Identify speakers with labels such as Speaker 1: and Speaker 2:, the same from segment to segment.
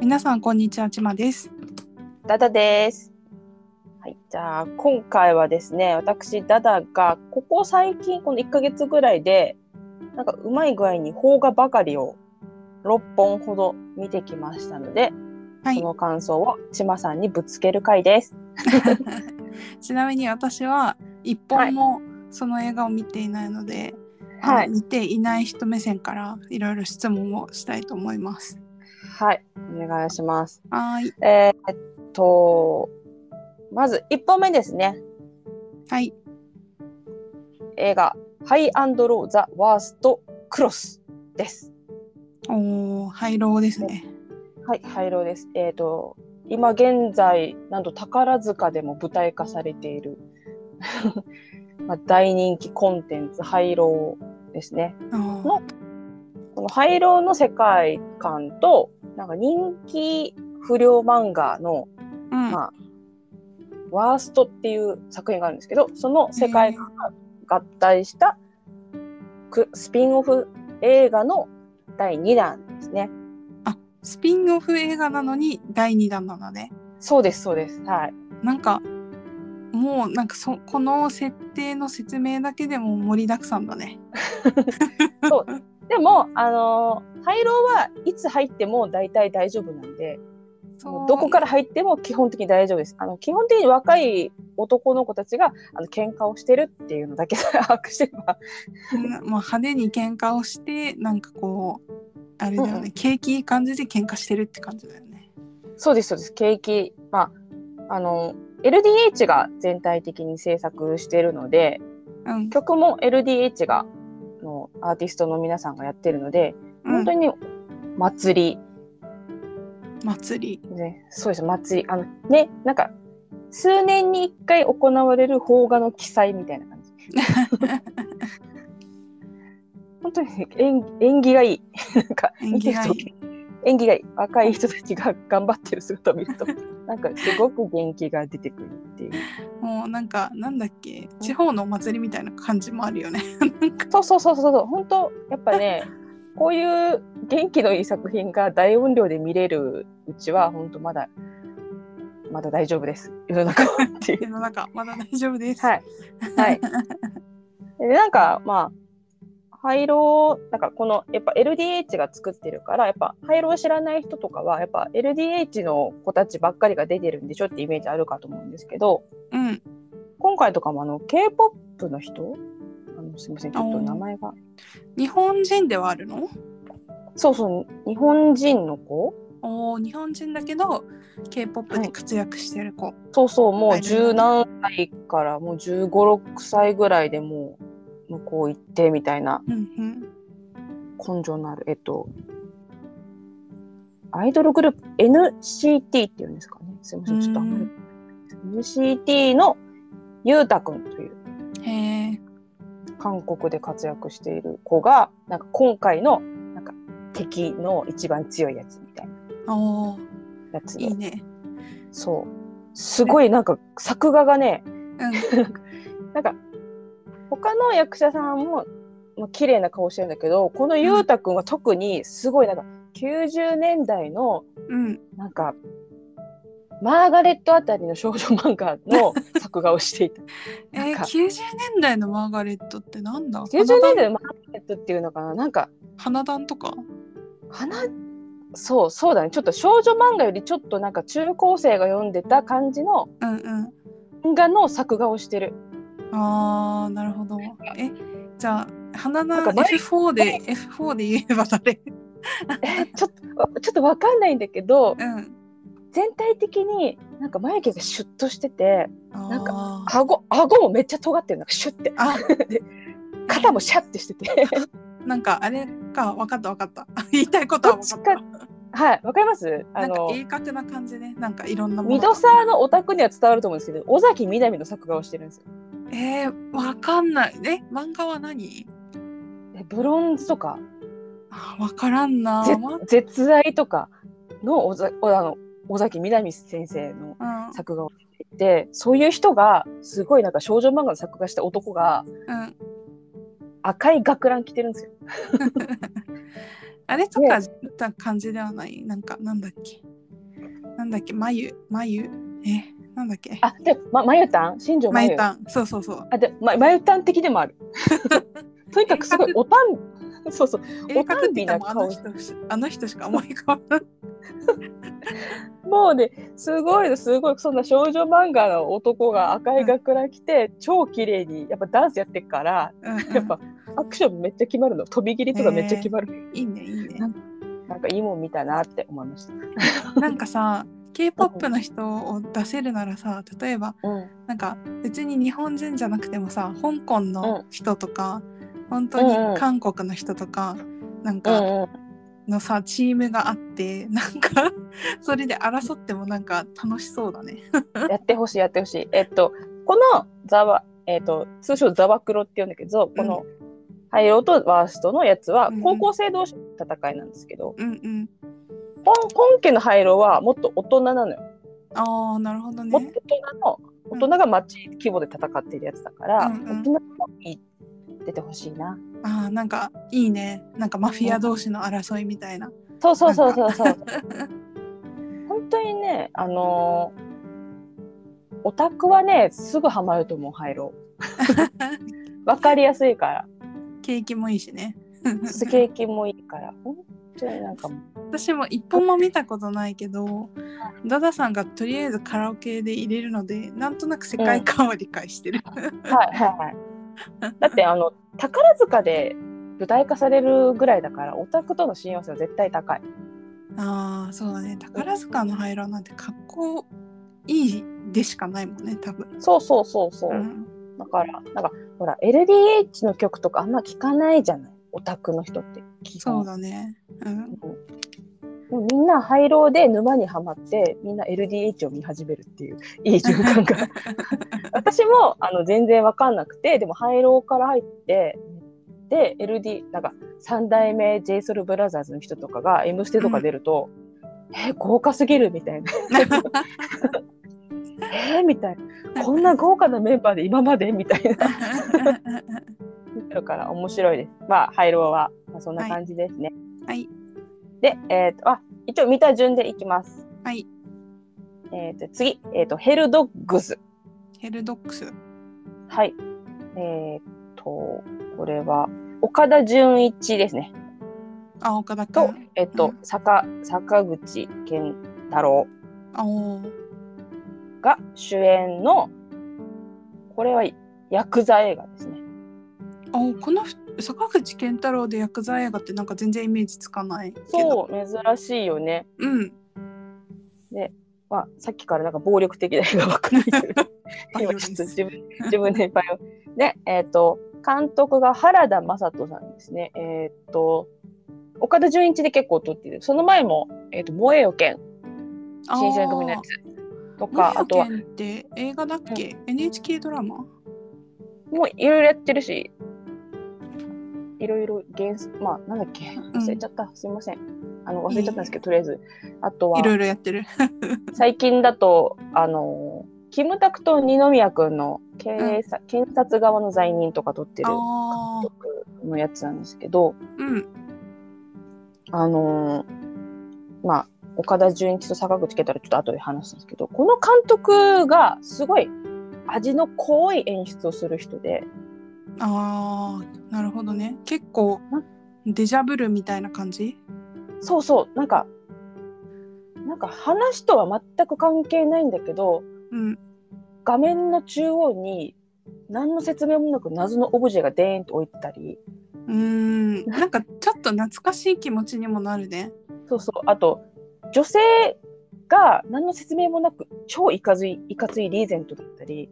Speaker 1: 皆さんこんにちはちまです。
Speaker 2: ダダです。はい、じゃあ今回はですね、私ダダがここ最近この1ヶ月ぐらいでなんかうまい具合に邦画ばかりを6本ほど見てきましたので、
Speaker 1: はい
Speaker 2: その感想をちまさんにぶつける回です。
Speaker 1: ちなみに私は一本もその映画を見ていないので、あの見ていない人目線からいろいろ質問をしたいと思います。
Speaker 2: はい、お願いします。
Speaker 1: はーい
Speaker 2: えーっとまず1本目ですね、
Speaker 1: はい
Speaker 2: 映画ハイアンドローザワーストクロスです。
Speaker 1: おー廃炉ですね。
Speaker 2: はい、廃炉です。えっ、と、今現在、なんと宝塚でも舞台化されている、 まあ、大人気コンテンツ、廃炉ですね。
Speaker 1: あー
Speaker 2: のこの廃炉の世界観と、なんか人気不良漫画の
Speaker 1: うん
Speaker 2: まあワーストっていう作品があるんですけど、その世界観が合体したくスピンオフ映画の第2弾ですね。
Speaker 1: スピンオフ映画なのに第2弾なのね。
Speaker 2: そうです、そうです。はい。
Speaker 1: なんかもうなんかそこの設定の説明だけでも盛りだくさんだね。
Speaker 2: でも、あのー、廃炉はいつ入っても大体大丈夫なんで、
Speaker 1: そう
Speaker 2: どこから入っても基本的に大丈夫です。あの基本的に若い男の子たちがあの喧嘩をしてるっていうのだけ把握してれば、
Speaker 1: なまあ、派手に喧嘩をしてなんかこうあれだよね、
Speaker 2: うんう
Speaker 1: 景気いい感じで喧嘩してるって感じだよね。
Speaker 2: そうです、そうです、景気、まあ、あの、LDH が全体的に制作してるので、
Speaker 1: うん、
Speaker 2: 曲も LDH が、のアーティストの皆さんがやってるので、本当
Speaker 1: に、
Speaker 2: に祭り、
Speaker 1: 祭り
Speaker 2: ね、そうです祭りあのねなんか数年に一回行われる邦画の記載みたい な感じ本当にね縁縁起がい いなんか
Speaker 1: 演技がい
Speaker 2: 見てる
Speaker 1: い。
Speaker 2: と縁起がいい若い人たちが頑張ってる姿を見ると なんかすごく元気が出てくるっていう
Speaker 1: もうなんかなんだっけ地方のお祭りみたいな感じもあるよね。 なんか
Speaker 2: そうそうそうそうそう本当やっぱ ねこういう元気のいい作品が大音量で見れるうちは本当まだまだ大丈夫です世の中はっていう
Speaker 1: 世の中まだ大丈夫です。
Speaker 2: はい。 はい。で、なんか、まあ、廃炉、なんかこの、やっぱ LDH が作ってるから、やっぱ廃炉を知らない人とかは、やっぱ LDH の子たちばっかりが出てるんでしょってイメージあるかと思うんですけど、
Speaker 1: うん。
Speaker 2: 今回とかもあの、K-POP の人あのすみません、ちょっと名前が。
Speaker 1: 日本人ではあるの？
Speaker 2: そうそう、日本人の子
Speaker 1: おー日本人だけど K-POP で活躍してる子。
Speaker 2: そうそう、も
Speaker 1: は
Speaker 2: う
Speaker 1: い
Speaker 2: 十何歳からもう15、6歳ぐらいでもう、向こう行ってみたいな
Speaker 1: うんうん。
Speaker 2: 根性のある、えっと、アイドルグループ NCT っていうんですかね。すいません、ちょっとあんまり。NCT のゆうたくんという
Speaker 1: へえ。
Speaker 2: 韓国で活躍している子が、なんか今回のなんか敵の一番強いやつみたいな
Speaker 1: おー
Speaker 2: やつで
Speaker 1: いいね。
Speaker 2: そう。すごいなんか作画がね、
Speaker 1: うん。
Speaker 2: なんか他の役者さんも、まあ綺麗な顔してるんだけど、このゆうたくんは特にすごいなんか90年代の
Speaker 1: うん。
Speaker 2: なんか、マーガレットあたりの少女漫画 の作画をしていた。
Speaker 1: え
Speaker 2: なん
Speaker 1: ー、
Speaker 2: か
Speaker 1: 90年代のマーガレットってなんだ
Speaker 2: 90年代のマーガレットっていうのかななんか、
Speaker 1: 花壇とか
Speaker 2: 花、そう、そうだね。ちょっと少女漫画よりちょっとなんか中高生が読んでた感じの
Speaker 1: うんうん。
Speaker 2: 漫画の作画をしてる。
Speaker 1: あー、なるほど。え、じゃあ、花
Speaker 2: な
Speaker 1: 壇
Speaker 2: んか前
Speaker 1: F4 で、F4 で言えば誰
Speaker 2: えちょっと、 ちょっとわかんないんだけど、
Speaker 1: うん。
Speaker 2: 全体的になんか眉毛がシュッとしてて、なん
Speaker 1: あー
Speaker 2: 顎、顎もめっちゃ尖ってる。なんかシュッて。
Speaker 1: あ、
Speaker 2: 肩もシャッてしてて。
Speaker 1: なんかあれか、わかったわかった。 言いたいことはわかっ
Speaker 2: どったち。はい、わかりますあ
Speaker 1: なんか
Speaker 2: の、
Speaker 1: 鋭角な感じね。なんかいろんなも
Speaker 2: ミ
Speaker 1: の
Speaker 2: ド。サーのオタクには伝わると思うんですけど、尾崎みなみの作画をしてるんですよ。
Speaker 1: えー、わかんない。え、漫画は何
Speaker 2: えブロンズとか、
Speaker 1: あーわからんな。
Speaker 2: ぜ
Speaker 1: わ
Speaker 2: 絶愛とかの尾ざおあの尾崎みなみ先生の
Speaker 1: うん、
Speaker 2: 作画をしていて、そういう人が、すごいなんか少女漫画の作画した男が、
Speaker 1: うん。
Speaker 2: 赤い学ラン着てるんですよ。
Speaker 1: あれとか、た感じではない。なんか、なんだっけ。だっけまゆまゆえなんだっけ
Speaker 2: あ、で、ま、まゆたん新庄
Speaker 1: ま
Speaker 2: まゆ
Speaker 1: ゆたんそうそうそう
Speaker 2: あ、で、ま、まゆたん的でも ある。とにかくすごいおたん、そうそう、
Speaker 1: 絵描くって言ってもあ
Speaker 2: おた
Speaker 1: の
Speaker 2: んびな
Speaker 1: 人しあの人しか思い浮かばない
Speaker 2: もうね、すごいの、すごい、そんな少女漫画の男が赤い学ラン着て、超綺麗に、やっぱダンスやってっから、
Speaker 1: うん うん
Speaker 2: やっぱアクションめっちゃ決まるの、飛び切りとかめっちゃ決まる。
Speaker 1: いいねいいね
Speaker 2: なんかいいもん見たなって思いました。
Speaker 1: なんかさ K-POP の人を出せるならさ例えば
Speaker 2: うん、
Speaker 1: なんか別に日本人じゃなくてもさ香港の人とか、本当に韓国の人とか、なんか
Speaker 2: うん、
Speaker 1: のさ、チームがあってなんか それで争ってもなんか楽しそうだね。
Speaker 2: やってほしい、やってほしい。えっと、このザワ、えっと、通称ザワクロって言うんだけど、この。ハイローとワーストのやつは
Speaker 1: うんうん
Speaker 2: 高校生同士の戦いなんですけど、
Speaker 1: うんうん、
Speaker 2: 本本家のハイローはもっと大人なのよ。
Speaker 1: ああなるほど
Speaker 2: もっ
Speaker 1: ね
Speaker 2: と。大人の大人が町規模で戦ってるやつだから、
Speaker 1: うんうん
Speaker 2: 大人もいい出てほしいな。
Speaker 1: ああなんかいいねなんかマフィア同士の争いみたいな。
Speaker 2: そうそうそうそうそう。本当にね、あのーオタクはね、すぐハマると思う、ハイロ ー。わかりやすいから。
Speaker 1: 景気もいいしね。
Speaker 2: スケーキもいいから。本当になんかもう
Speaker 1: 私も一本も見たことないけどダダさんがとりあえずカラオケで入れるのでなんとなく世界観を理解してる。
Speaker 2: はいはいはい。だってあの宝塚で舞台化されるぐらいだからオタクとの親和性は絶対高い。
Speaker 1: ああそうだね宝塚の廃炉なんて格好いいでしかないもんね多分、
Speaker 2: そうそうそうそう。
Speaker 1: うん、
Speaker 2: だからなんかほら LDH の曲とかあんま聞かないじゃないオタクの人って。基本
Speaker 1: そうだね、うん、
Speaker 2: もうみんな廃炉で沼にはまってみんな LDH を見始めるっていういい循環が私もあの全然わかんなくてでも廃炉から入ってで LD なんか3代目 j s o u l b r o t h e r s の人とかが「M ステ」とか出ると「え豪華すぎる」みたいな「えーみたいな「こんな豪華なメンバーで今まで?」みたいなだから面白いですまあ廃炉は、まあ、そんな感じですね、
Speaker 1: はい
Speaker 2: でえっ、とあ一応見た順でいきます
Speaker 1: はい
Speaker 2: えー、と次、えーと、ヘルドッグス。
Speaker 1: ヘルドックス
Speaker 2: はい。えっ、と、これは、岡田純一ですね。
Speaker 1: あ岡田
Speaker 2: と
Speaker 1: 君、
Speaker 2: えっ、
Speaker 1: う
Speaker 2: と、
Speaker 1: ん
Speaker 2: 坂、坂口健太郎
Speaker 1: あおー
Speaker 2: が主演の、これはヤクザ映画ですね。
Speaker 1: あーこのふ坂口健太郎で薬剤映画ってなんか全然イメージつかないけど
Speaker 2: そう、珍しいよね。
Speaker 1: う、うん、
Speaker 2: まあ、さっきからなんか暴力的な映画ばっかり言ってる
Speaker 1: バイオレ
Speaker 2: 今
Speaker 1: ン
Speaker 2: ちょっ
Speaker 1: ス
Speaker 2: と自分、自分でいっぱいを。で、えっ、と、監督が原田雅人さんですね。えっ、と、岡田准一で結構撮ってる。その前も、えっ、と、燃えよ剣、新選組のやつとか、あ
Speaker 1: あ
Speaker 2: と
Speaker 1: とは
Speaker 2: は、
Speaker 1: って映画だっけ、NHK ドラマ、
Speaker 2: もういろいろやってるし、いろいろ原作、まあ、なんだっけ、忘れちゃった。すいません。あの、忘れちゃったんですけど、とりあえず。あとはい
Speaker 1: ろいろやってる
Speaker 2: 最近だと、あのキムタクと二宮君の経営さ、検察側の罪人とか撮ってる
Speaker 1: ああ
Speaker 2: のやつなんですけど、
Speaker 1: うん
Speaker 2: あのーまあ、岡田准一と坂口健太郎ちょっと後で話すんですけど、この監督がすごい味の濃い演出をする人で、
Speaker 1: あーなるほどね結構デジャブルみたいな感じ
Speaker 2: そうそう、なんか、なんか話とは全く関係ないんだけど、
Speaker 1: うん
Speaker 2: 画面の中央に何の説明もなく謎のオブジェがデーンと置いてたり、
Speaker 1: うー んなんかちょっと懐かしい気持ちにもなるね。
Speaker 2: そうそう、あと、女性が何の説明もなく超いかつい、いかついリーゼントだっ たり、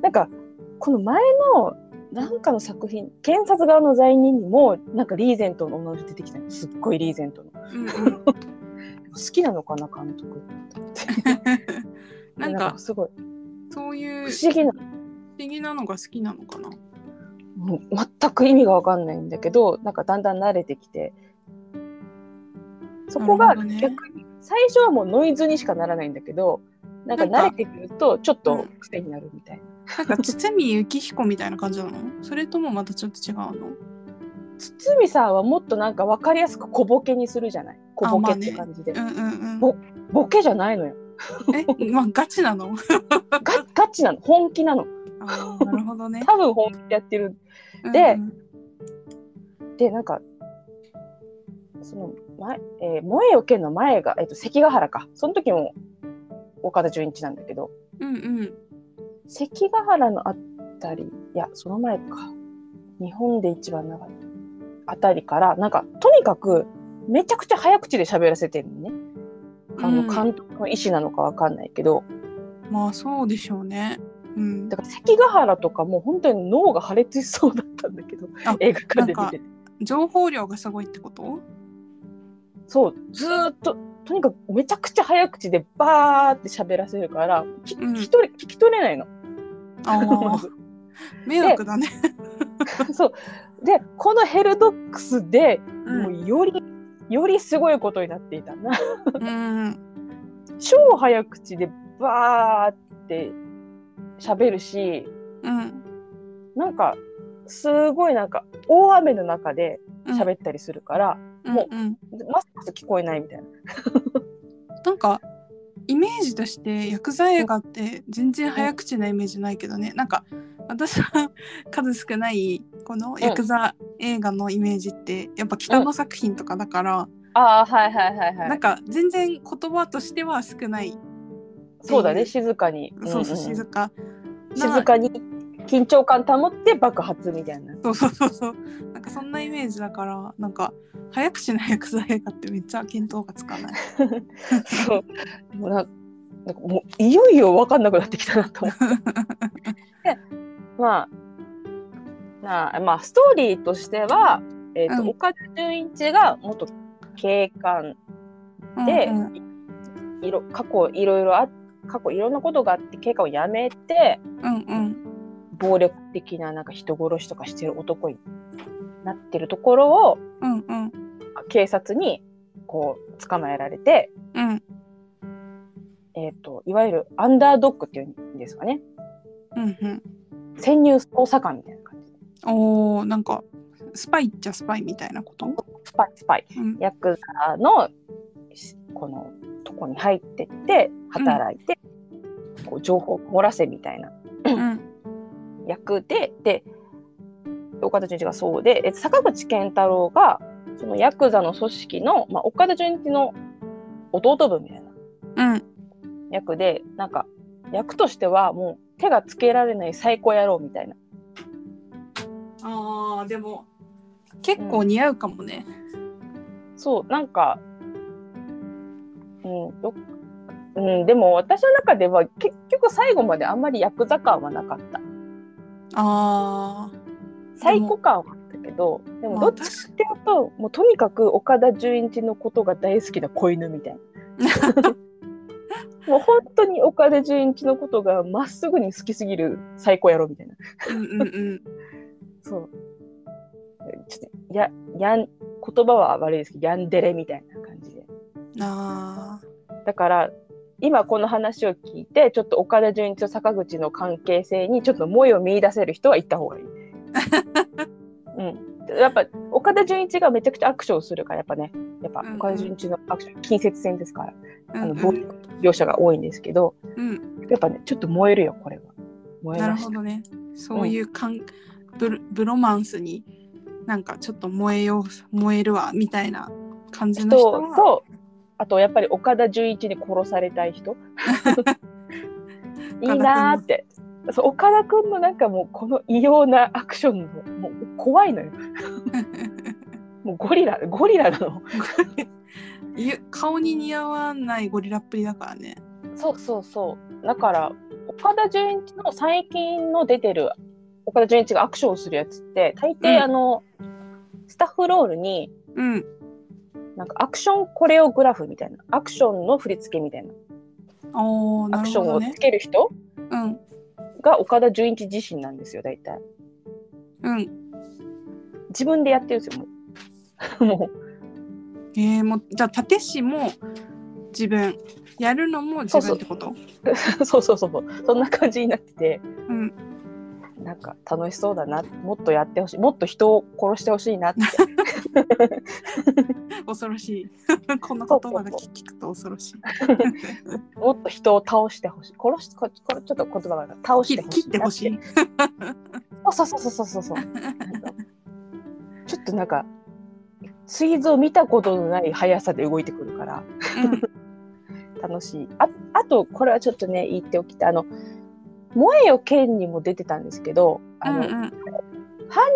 Speaker 2: なんか、この前の、なんかの作品、検察側の罪人にも、なんかリーゼントの女の人出てきたの。すっごいリーゼントの。好
Speaker 1: うん うん、
Speaker 2: きなのかな、監督。
Speaker 1: なんか
Speaker 2: すごい、
Speaker 1: そういう
Speaker 2: 不
Speaker 1: 不
Speaker 2: 思議な、
Speaker 1: 思議なのが好きなのかな。
Speaker 2: もう全く意味がわかんないんだけど、なんかだんだん慣れてきて、そこ
Speaker 1: な
Speaker 2: が
Speaker 1: るほど
Speaker 2: 逆に、
Speaker 1: ね
Speaker 2: 最初はもうノイズにしかならないんだけど、なんか
Speaker 1: なんか
Speaker 2: 慣れてくると、ちょっ
Speaker 1: う
Speaker 2: と
Speaker 1: ん
Speaker 2: 癖になるみたい
Speaker 1: な
Speaker 2: な。
Speaker 1: んか堤幸彦みたいな感じなのそれともまたちょっと違うの
Speaker 2: 堤さんはもっとなんか分かりやすく小ボケにするじゃない小ボケって感じで、
Speaker 1: うんうん
Speaker 2: ぼボケじゃないのよ
Speaker 1: うん。え、まあ、ガチなの。
Speaker 2: ガガチなの本気なの
Speaker 1: あーなるほどね。
Speaker 2: 多分本気でやってる で
Speaker 1: うん
Speaker 2: でなんかその前、えー萌えよ剣の前が、えっと関ヶ原かその時も岡田准一なんだけど
Speaker 1: うん、うんうん、
Speaker 2: 関ヶ原のあたりいやその前か日本で一番長いあたりからなんかとにかくめちゃくちゃ早口で喋らせてるのねあの
Speaker 1: うん
Speaker 2: 監督の意思なのかわかんないけど、
Speaker 1: まあ、そうでしょうね。うん
Speaker 2: だ。から関ヶ原とかもう本当に脳が破裂しそうだったんだけど
Speaker 1: あ
Speaker 2: 映画館で見てて
Speaker 1: 情報量がすごいって こと。
Speaker 2: そうずーっととにかくめちゃくちゃ早口でバーって喋らせるからき
Speaker 1: うん
Speaker 2: 聞き取れ聞き取れないの。
Speaker 1: あ
Speaker 2: ま
Speaker 1: あ
Speaker 2: ず、
Speaker 1: 迷惑だね。
Speaker 2: そうでこのヘルドックスで
Speaker 1: う
Speaker 2: も
Speaker 1: ん、
Speaker 2: うよりよりすごいことになっていたな。
Speaker 1: うん、
Speaker 2: 超早口でバーって喋るし
Speaker 1: うん、
Speaker 2: なんかすごいなんか大雨の中で喋ったりするから、
Speaker 1: うん
Speaker 2: も
Speaker 1: うん、
Speaker 2: マスク聞こえないみたいな。
Speaker 1: なんか。イメージとして薬剤映画って全然早口なイメージないけどねなんか私は数少ないこの薬剤映画のイメージってやっぱ北の作品とかだから、
Speaker 2: ああはいはいはいは
Speaker 1: なんか全然言葉としては少ない、
Speaker 2: そうだね静かに。
Speaker 1: そうそう
Speaker 2: うんうん
Speaker 1: 静かな
Speaker 2: 静かに緊張感保って爆発みたいな。
Speaker 1: そうそうそうそうなんかそんなイメージだからなんか早口な薬剤映画ってめっちゃ見当がつかない
Speaker 2: そうでもななんかもういよいよ分かんなくなってきたな と思ってまあ、なあまあ、ストーリーとしては、えーと
Speaker 1: うん
Speaker 2: 岡田准一が元警官で、
Speaker 1: うん
Speaker 2: いろ過去いろいろあ過去いろんなことがあって警官を辞めて
Speaker 1: うんうん
Speaker 2: 暴力的ななんか人殺しとかしてる男になってるところを
Speaker 1: うんうん
Speaker 2: 警察にこう捕まえられて、
Speaker 1: うん
Speaker 2: えー、といわゆるアンダードッグっていうんですかね
Speaker 1: うんうん
Speaker 2: 潜入捜査官みたいな感じ
Speaker 1: おーなんかスパイっちゃスパイみたいなこと、
Speaker 2: スパイスパイ
Speaker 1: うん
Speaker 2: ヤクザのしこのとこに入ってって働いて、こう情報を漏らせみたいな
Speaker 1: うん
Speaker 2: 役でで岡田准一がそうでえ坂口健太郎がそのヤクザの組織の、まあ、岡田准一の弟分みたいな
Speaker 1: うん
Speaker 2: 役でなんか役としてはもう手がつけられない最高野郎みたいな
Speaker 1: あーでも結構似合うかもね、
Speaker 2: そうなんかうんようん、でも私の中では結局最後まであんまりヤクザ感はなかった。
Speaker 1: あ
Speaker 2: サイコ感はあったけどでも
Speaker 1: まあ
Speaker 2: どっちかっていうともうとにかく岡田准一のことが大好きな子犬みたい なもう本当に岡田准一のことがまっすぐに好きすぎる最高野郎みたいな
Speaker 1: ーうんうんうん
Speaker 2: そうちょっとややん言葉は悪いですけどやんでれみたいな感じで
Speaker 1: あ
Speaker 2: だから今この話を聞いてちょっと岡田准一と坂口の関係性にちょっと萌えを見出せる人は行った方がいい。うん、やっぱ岡田准一がめちゃくちゃアクションするからやっぱねやっぱ
Speaker 1: うんうん
Speaker 2: 岡田准一のアクション近接戦ですから、
Speaker 1: ー
Speaker 2: あ
Speaker 1: う
Speaker 2: の
Speaker 1: ん
Speaker 2: 暴力描写が多いんですけど
Speaker 1: うんうん
Speaker 2: やっぱねちょっと燃えるよこれは。燃え
Speaker 1: なる
Speaker 2: まし
Speaker 1: ほ
Speaker 2: た。
Speaker 1: どね。そういうかん、ブロブロマンスになんかちょっと燃えよう燃えるわみたいな感じ
Speaker 2: 人
Speaker 1: の人は
Speaker 2: とあとやっぱり岡田准一に殺された い人いいなーってそう岡田君のなんかもうこの異様なアクションのもう怖 いのよもうゴリラゴリラなの
Speaker 1: ゆ顔に似合わないゴリラっぷりだからね。
Speaker 2: そうそうそうだから岡田准一の最近の出てる岡田准一がアクションするやつって大
Speaker 1: うん
Speaker 2: 抵あの、スタッフロールに
Speaker 1: うん。
Speaker 2: なんかアクションコレオグラフみたいなアクションの振り付けみたいな
Speaker 1: おー
Speaker 2: ア
Speaker 1: な
Speaker 2: ク
Speaker 1: る
Speaker 2: シ
Speaker 1: ほ
Speaker 2: ョン
Speaker 1: ど
Speaker 2: を
Speaker 1: ね
Speaker 2: つ。ける人
Speaker 1: うん
Speaker 2: が岡田准一自身なんですよ大体
Speaker 1: うん。
Speaker 2: 自分でやってるんですよもう もう
Speaker 1: えー、もうじゃあ立師も自分やるのも自分ってこと
Speaker 2: そうそうそうそうそんな感じになってて
Speaker 1: うん
Speaker 2: なんか楽しそうだなもっとやってほしいもっと人を殺してほし いなって
Speaker 1: 恐ろしい この言葉が聞くと恐ろしい
Speaker 2: もっと人を倒してほしい殺しここれちょっと言葉が倒し
Speaker 1: 切
Speaker 2: て
Speaker 1: 切ってほし
Speaker 2: い
Speaker 1: い
Speaker 2: なってあそうそうそうそうそうなんかちょっとなんかスイーズを見たことのない速さで動いてくるから楽しいああとこれはちょっとね言っておきたいあの「萌えよ剣」にも出てたんですけどあ
Speaker 1: うん
Speaker 2: の、
Speaker 1: うんうん
Speaker 2: 般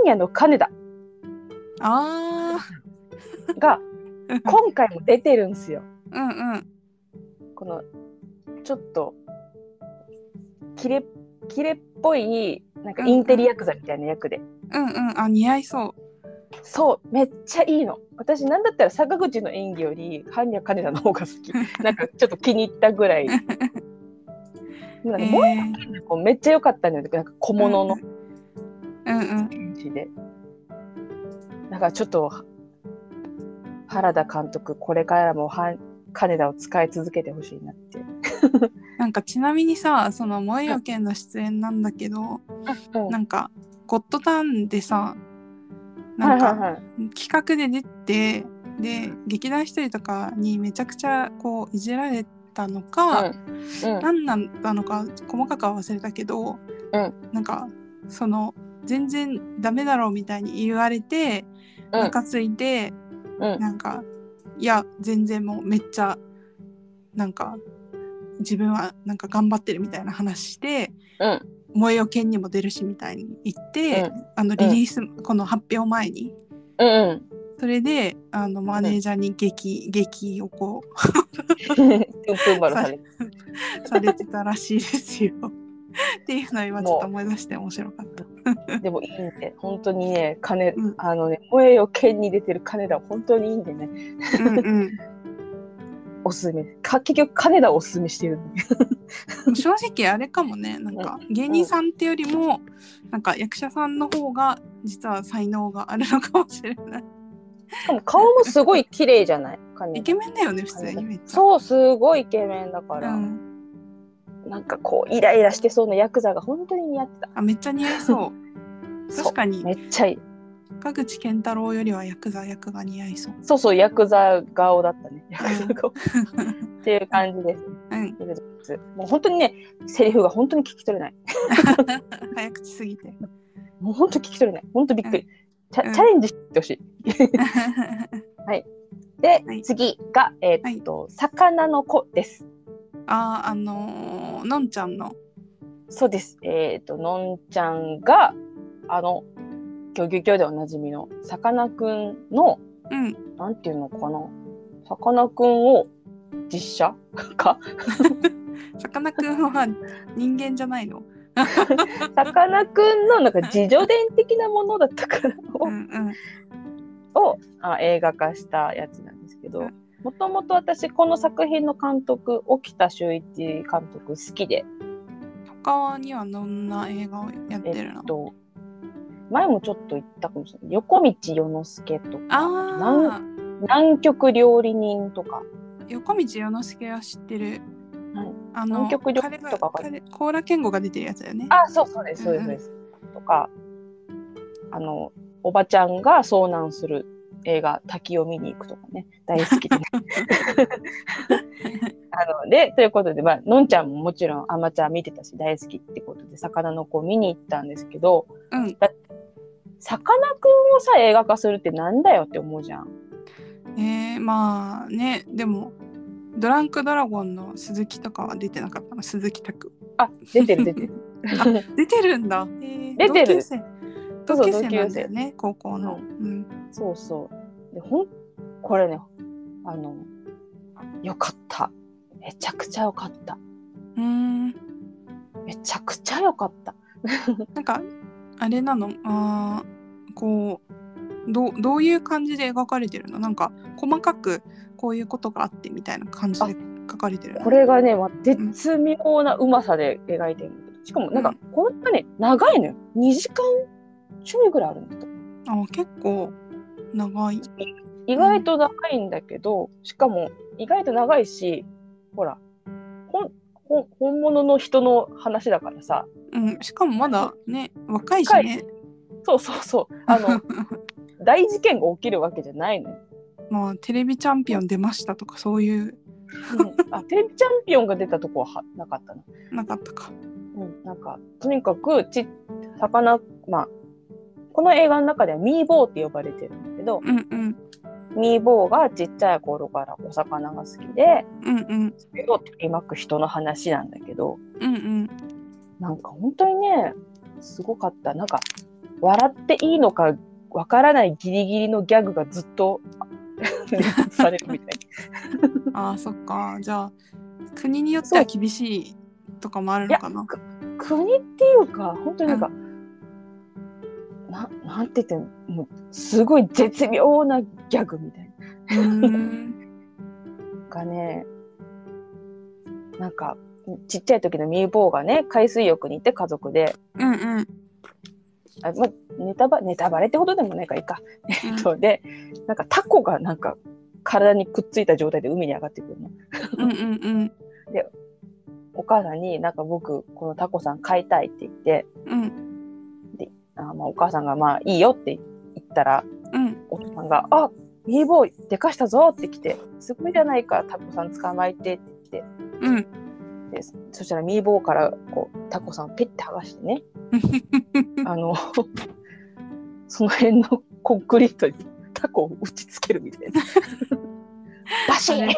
Speaker 2: 若の金田
Speaker 1: あ
Speaker 2: が
Speaker 1: ー
Speaker 2: 今回も出てるんですよ。
Speaker 1: うんうん
Speaker 2: このちょっとキレキレっぽいなんかインテリヤクザみたいな役で、
Speaker 1: うんうんあ似合いそう
Speaker 2: そうめっちゃいいの私なんだったら坂口の演技より般若金田の方が好き なんかちょっと気に入ったぐらいなんか
Speaker 1: え
Speaker 2: もう一
Speaker 1: ー
Speaker 2: 個めっちゃ良かったのよなんか小物の
Speaker 1: うんうん
Speaker 2: 感じで、なんかちょっと原田監督これからも般金田を使い続けてほしいなって、
Speaker 1: なんかちなみにさその萌えよ剣の出演なんだけど
Speaker 2: うん
Speaker 1: なんかゴッドタンでさ
Speaker 2: は
Speaker 1: ないん
Speaker 2: は
Speaker 1: か
Speaker 2: いはい
Speaker 1: 企画で出てで劇団ひとりとかにめちゃくちゃこういじられたのか、
Speaker 2: うん
Speaker 1: 何なんだのか細かくは忘れたけど、
Speaker 2: うん
Speaker 1: なんかその全然ダメだろうみたいに言われて
Speaker 2: うん
Speaker 1: ムカついて、
Speaker 2: うん
Speaker 1: なんかいや全然もうめっちゃなんか自分はなんか頑張ってるみたいな話して
Speaker 2: うん
Speaker 1: 「萌えよ剣」にも出るしみたいに言って、
Speaker 2: うん
Speaker 1: あのリリース、この発表前に
Speaker 2: うん
Speaker 1: それであのマネージャーに激、激をこ
Speaker 2: うん。うんぷんばらされて。
Speaker 1: うされてたらしいですよ。っていうのを今ちょっと思い出して面白かった。
Speaker 2: でもいいんで、本当にね、金、
Speaker 1: うん
Speaker 2: あのね、萌えよ剣に出てる金田、本当にいいんでね、
Speaker 1: うんうん、
Speaker 2: おすすめ。か結局金田をおすすめしてるんで。
Speaker 1: もう正直あれかもねなんか芸人さんってよりもなんか役者さんの方が実は才能があるのかもしれない。
Speaker 2: しかも顔もすごい綺麗じゃない
Speaker 1: イ
Speaker 2: 金田
Speaker 1: ケ。メンだよね普通にめっちゃ。
Speaker 2: そう、すごいイケメンだから、
Speaker 1: ん、
Speaker 2: なんかこう、イライラしてそうなヤクザが本当に似合ってた。
Speaker 1: あめっちゃ似合いそう。
Speaker 2: そ
Speaker 1: 確かに
Speaker 2: う、めっちゃいい。
Speaker 1: 川口健太郎よりはヤクザ役が似合いそう。
Speaker 2: そうそう、ヤクザ顔だったね。ヤクザ顔。っていう感じです。
Speaker 1: うん、
Speaker 2: ヒルズボックスもう本当にね、セリフが本当に聞き取れない。
Speaker 1: 早口すぎ て。
Speaker 2: もう本当聞き取れない。本当びっくり。チ
Speaker 1: う
Speaker 2: ャ
Speaker 1: ん
Speaker 2: チャレンジしてほしい。で、
Speaker 1: はい
Speaker 2: 次が、えーっと、魚の子です。
Speaker 1: あーあのー、のんちゃんの
Speaker 2: そうです。えーっと、のんちゃんが、あの、ギョギョギョでおなじみの、さかなクンの、
Speaker 1: うん
Speaker 2: なんていうのかな、さかなクンを実写か、
Speaker 1: さかなクンは人間じゃないの。
Speaker 2: さかなクンのなんか自叙伝的なものだったから
Speaker 1: う
Speaker 2: を、
Speaker 1: んうん
Speaker 2: をあ映画化したやつなんですけど
Speaker 1: うん、
Speaker 2: もともと私、この作品の監督、沖田修一監督好きで、
Speaker 1: 他にはどんな映画をやってる
Speaker 2: え
Speaker 1: の
Speaker 2: っ、と、前もちょっと言ったかもしれない。横道世之助とか、
Speaker 1: ああ
Speaker 2: 南極料理人とか、
Speaker 1: 横道世之助は知ってる。
Speaker 2: はい
Speaker 1: あ
Speaker 2: 南極旅行
Speaker 1: 彼が
Speaker 2: とかわかる
Speaker 1: 彼高良健吾が出てるやつだよね。
Speaker 2: あ、そうそうです、そうです、そうです。とか、あの、おばちゃんが遭難する映画、滝を見に行くとかね、大好 きで、ね。あので、ということで、まあ、のんちゃんももちろんアマチュア見てたし、大好きってことで、魚の子見に行ったんですけど、
Speaker 1: うん
Speaker 2: さかなクンをさ、映画化するってなんだよって思うじゃん。
Speaker 1: えー、まあねでもドランクドラゴンの鈴木とかは出てなかったの鈴木拓。
Speaker 2: あ、出てる出て る。
Speaker 1: 出てるんだ。えー
Speaker 2: 出てる
Speaker 1: 同級生
Speaker 2: そ
Speaker 1: 同
Speaker 2: うそう
Speaker 1: 級生なんだよね高校の。
Speaker 2: う
Speaker 1: うん
Speaker 2: そうそう。で、ほん、これね、あの、よかった。めちゃくちゃよかった。
Speaker 1: うーん
Speaker 2: めちゃくちゃよかった。
Speaker 1: なんかあれなのあーこうどうどういう感じで描かれてるのなんか細かくこういうことがあってみたいな感じで描かれてるの
Speaker 2: これがね、まあ、絶妙なうまさで描いてるんだけど、しかもなんか、こんなね、長いのよ。2時間ちょいぐらいあるんだと。
Speaker 1: あ結構長い。
Speaker 2: 意外と長いんだけど、しかも意外と長いし、ほら、ほん、ほん本物の人の話だからさ、
Speaker 1: うん、しかもまだね若いしね
Speaker 2: そうそうそう。あ の大事件が起きるわけじゃないのよ。
Speaker 1: まあテレビチャンピオン出ましたとかそういう
Speaker 2: うんあテレビチャンピオンが出たとこははなかったな。
Speaker 1: なかったか
Speaker 2: うん、なんかとにかくち魚まあこの映画の中ではミーボーって呼ばれてるんだけど、
Speaker 1: うんうん
Speaker 2: ミーボーがちっちゃい頃からお魚が好きで
Speaker 1: うんうん
Speaker 2: それを取り巻く人の話なんだけど
Speaker 1: うんうん
Speaker 2: なんか本当にねすごかったなんか笑っていいのかわからないギリギリのギャグがずっ とされるみたい
Speaker 1: あーそっかじゃあ国によっては厳しいとかもあるのかな
Speaker 2: な国っていうか本当になんか、ななんて言ってもうすごい絶妙なギャグみたい
Speaker 1: う
Speaker 2: な。
Speaker 1: ーん
Speaker 2: がねなんかちっちゃい時のミーボーがね海水浴に行って家族で
Speaker 1: うんうん
Speaker 2: あ、まあ、ネタバネタバレってほどでもないからいいか、そうでなんかタコがなんか体にくっついた状態で海に上がってくるの
Speaker 1: うんうんうん
Speaker 2: お母さんになんか僕このタコさん飼いたいって言って
Speaker 1: うん
Speaker 2: あまあお母さんがまあいいよって言ったら
Speaker 1: うん
Speaker 2: お父さんが「あミーボーでかしたぞ」って来て「すごいじゃないかタコさん捕まえて」って言って
Speaker 1: うん
Speaker 2: でそしたらミーボーからこうタコさんをペッて剥がしてね あの、その辺の コンクリートにタコを打ちつけるみた いな。バシーン、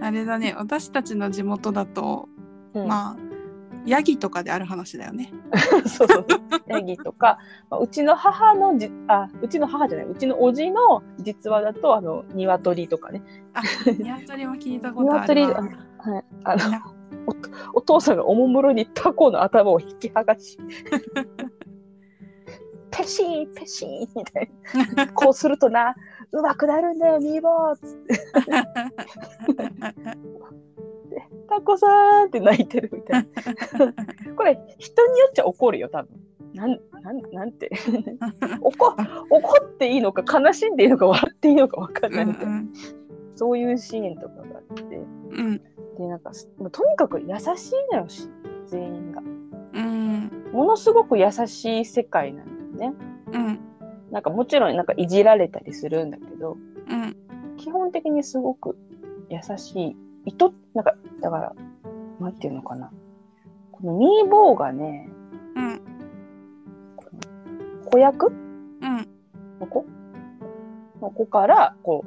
Speaker 1: あれだね私たちの地元だと、
Speaker 2: うん、
Speaker 1: まあヤギとかである話だよね。
Speaker 2: そうそう。ヤギとか、まあうちの母のじ、あ、うちの母じゃない、うちのおじの実話だと、あの、鶏とかね。
Speaker 1: あ、鶏も聞いたことある
Speaker 2: 鶏
Speaker 1: な。
Speaker 2: はい。あの、
Speaker 1: いや
Speaker 2: お父さんがおもむろにタコの頭を引き剥が し、ペシーン、ペシーンみたいな。こうするとな、うまくなるんだよ、ミーボーつって、タコさんって泣いてるみたいな。これ人によっちゃ怒るよ多分なんなんなんて怒怒っていいのか悲しんでいいのか笑っていいのか分かん
Speaker 1: う
Speaker 2: ないみ
Speaker 1: ん
Speaker 2: たいな、そういうシーンとかがあって
Speaker 1: うん
Speaker 2: でなんかすもうとにかく優しいのよし全員が
Speaker 1: うん
Speaker 2: ものすごく優しい世界なんだよね
Speaker 1: うん
Speaker 2: なんかもちろんなんかいじられたりするんだけど
Speaker 1: うん
Speaker 2: 基本的にすごく優しいいとなんかだからなんていうのかなこのミーボーがね
Speaker 1: うん
Speaker 2: 子役
Speaker 1: うん
Speaker 2: ここここから、こ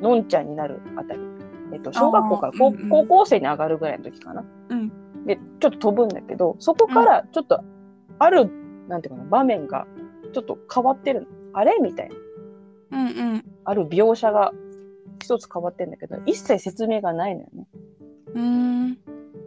Speaker 2: う、のんちゃんになるあたり。えっと、小学校から
Speaker 1: あ
Speaker 2: 高,、
Speaker 1: ーうんうん
Speaker 2: 高校生に上がるぐらいの時かな。
Speaker 1: うん
Speaker 2: で、ちょっと飛ぶんだけど、そこから、ちょっと、ある、なんていうかな、場面が、ちょっと変わってるの。あれみたいな。
Speaker 1: うんうん
Speaker 2: ある描写が、一つ変わってるんだけど、一切説明がないのよね。
Speaker 1: うん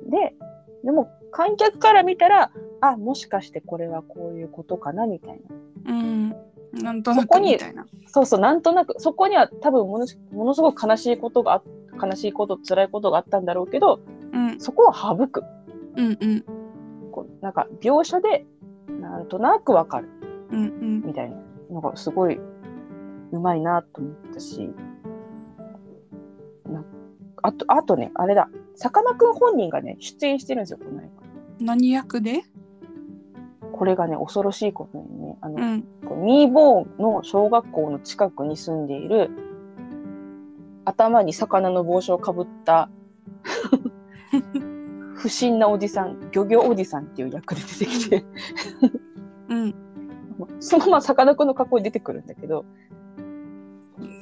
Speaker 2: で、でも、観客から見たら、あ、もしかしてこれはこういうことかな、みたいな。
Speaker 1: うんなんとな
Speaker 2: そこ
Speaker 1: く
Speaker 2: に
Speaker 1: みたいな。
Speaker 2: そうそう、なんとなく、そこには多分ものすものすごく悲しいことがあ、悲しいこと、辛いことがあったんだろうけど、
Speaker 1: うん
Speaker 2: そこは省く。
Speaker 1: うんうん
Speaker 2: こうなんか、描写で、なんとなくわかる、
Speaker 1: うんうん
Speaker 2: みたいなのが、すごい、うまいなと思ったし、なあと、あとね、あれだ、さかなクン本人がね、出演してるんですよ、この映
Speaker 1: 何役で？
Speaker 2: 画。これがね、恐ろしいことにね、あの、
Speaker 1: うん
Speaker 2: こうミーボーの小学校の近くに住んでいる頭に魚の帽子をかぶった不審なおじさん漁業おじさんっていう役で出て きて
Speaker 1: うん。
Speaker 2: そのまま魚くんの格好で出てくるんだけど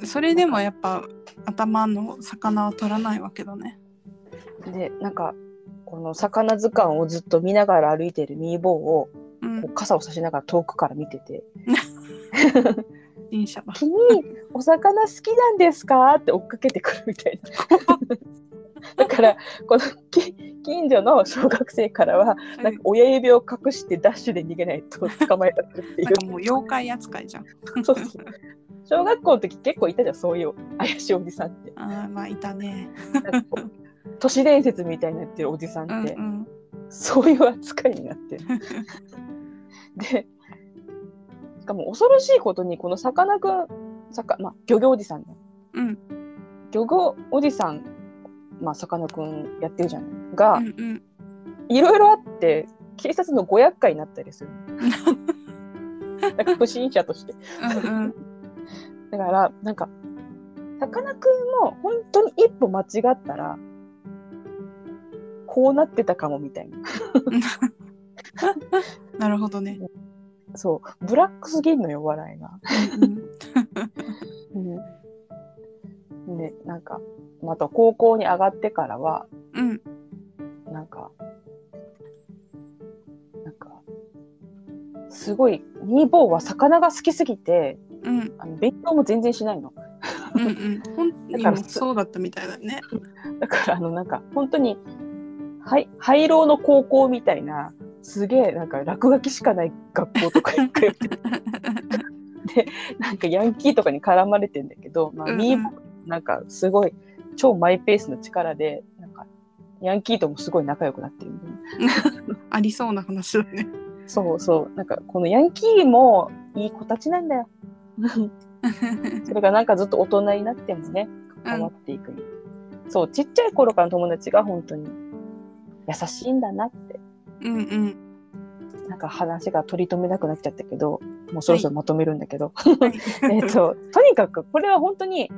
Speaker 1: それでもやっぱ頭の魚は取らないわけだね。
Speaker 2: でなんかこの魚図鑑をずっと見ながら歩いているミーボーを
Speaker 1: う
Speaker 2: こ
Speaker 1: ん
Speaker 2: う傘を差しながら遠くから見てて
Speaker 1: 人者だ
Speaker 2: 「。君お魚好きなんですか?」って追っかけてくるみたい なだからこのき近所の小学生からはなんか親指を隠してダッシュで逃げないと捕まえたってい
Speaker 1: な
Speaker 2: う
Speaker 1: か
Speaker 2: ん
Speaker 1: もう妖怪扱いじゃん。
Speaker 2: そうそう小学校の時結構いたじゃんそういう怪しいおじさんって
Speaker 1: ああまあいたね。
Speaker 2: なんかこう都市伝説みたいになってるおじさん
Speaker 1: うん
Speaker 2: って、
Speaker 1: うん
Speaker 2: そういう扱いにな ってるでしかも恐ろしいことにこのさかなクンさか、まあ、漁業おじさんだ
Speaker 1: うん
Speaker 2: 漁業おじさんまあさかなクンやってるじゃない
Speaker 1: うん
Speaker 2: が、
Speaker 1: うん
Speaker 2: いろいろあって警察の500回になった りする。なんか不審者として。
Speaker 1: うんうん
Speaker 2: だから、なんか、さかなクンも本当に一歩間違ったら、こうなってたかもみたいな。
Speaker 1: なるほどね。
Speaker 2: そう、ブラックすぎんのよ、笑いが。
Speaker 1: うん
Speaker 2: うん、で、なんか、また高校に上がってからは、
Speaker 1: うんうん
Speaker 2: なんか、なんか、すごい、ニーボーは魚が好きすぎて、
Speaker 1: うん
Speaker 2: あの勉強も全然しないの。
Speaker 1: うんうん。本人
Speaker 2: だか
Speaker 1: も
Speaker 2: ら
Speaker 1: そうだったみたいだね。
Speaker 2: だから、あの、なんか、本当に、はい、廃炉の高校みたいな、すげえ、なんか、落書きしかない学校とかに 通っててで、なんか、ヤンキーとかに絡まれてんだけど、まあ、
Speaker 1: うんうん
Speaker 2: ミーボーなんか、すごい、超マイペースの力で、なんか、ヤンキーともすごい仲良くなってるみたいな。
Speaker 1: ありそうな話だね。
Speaker 2: そうそう。なんか、このヤンキーもいい子たちなんだよ。それがなんかずっと大人になってもね、 関わっていく。そう、ちっちゃい頃からの友達が本当に優しいんだなって。
Speaker 1: うんう ん。
Speaker 2: なんか話が取り留めなくなっちゃったけど、もうそろそろまとめるんだけど。
Speaker 1: はい
Speaker 2: えっと、とにかくこれは本当に、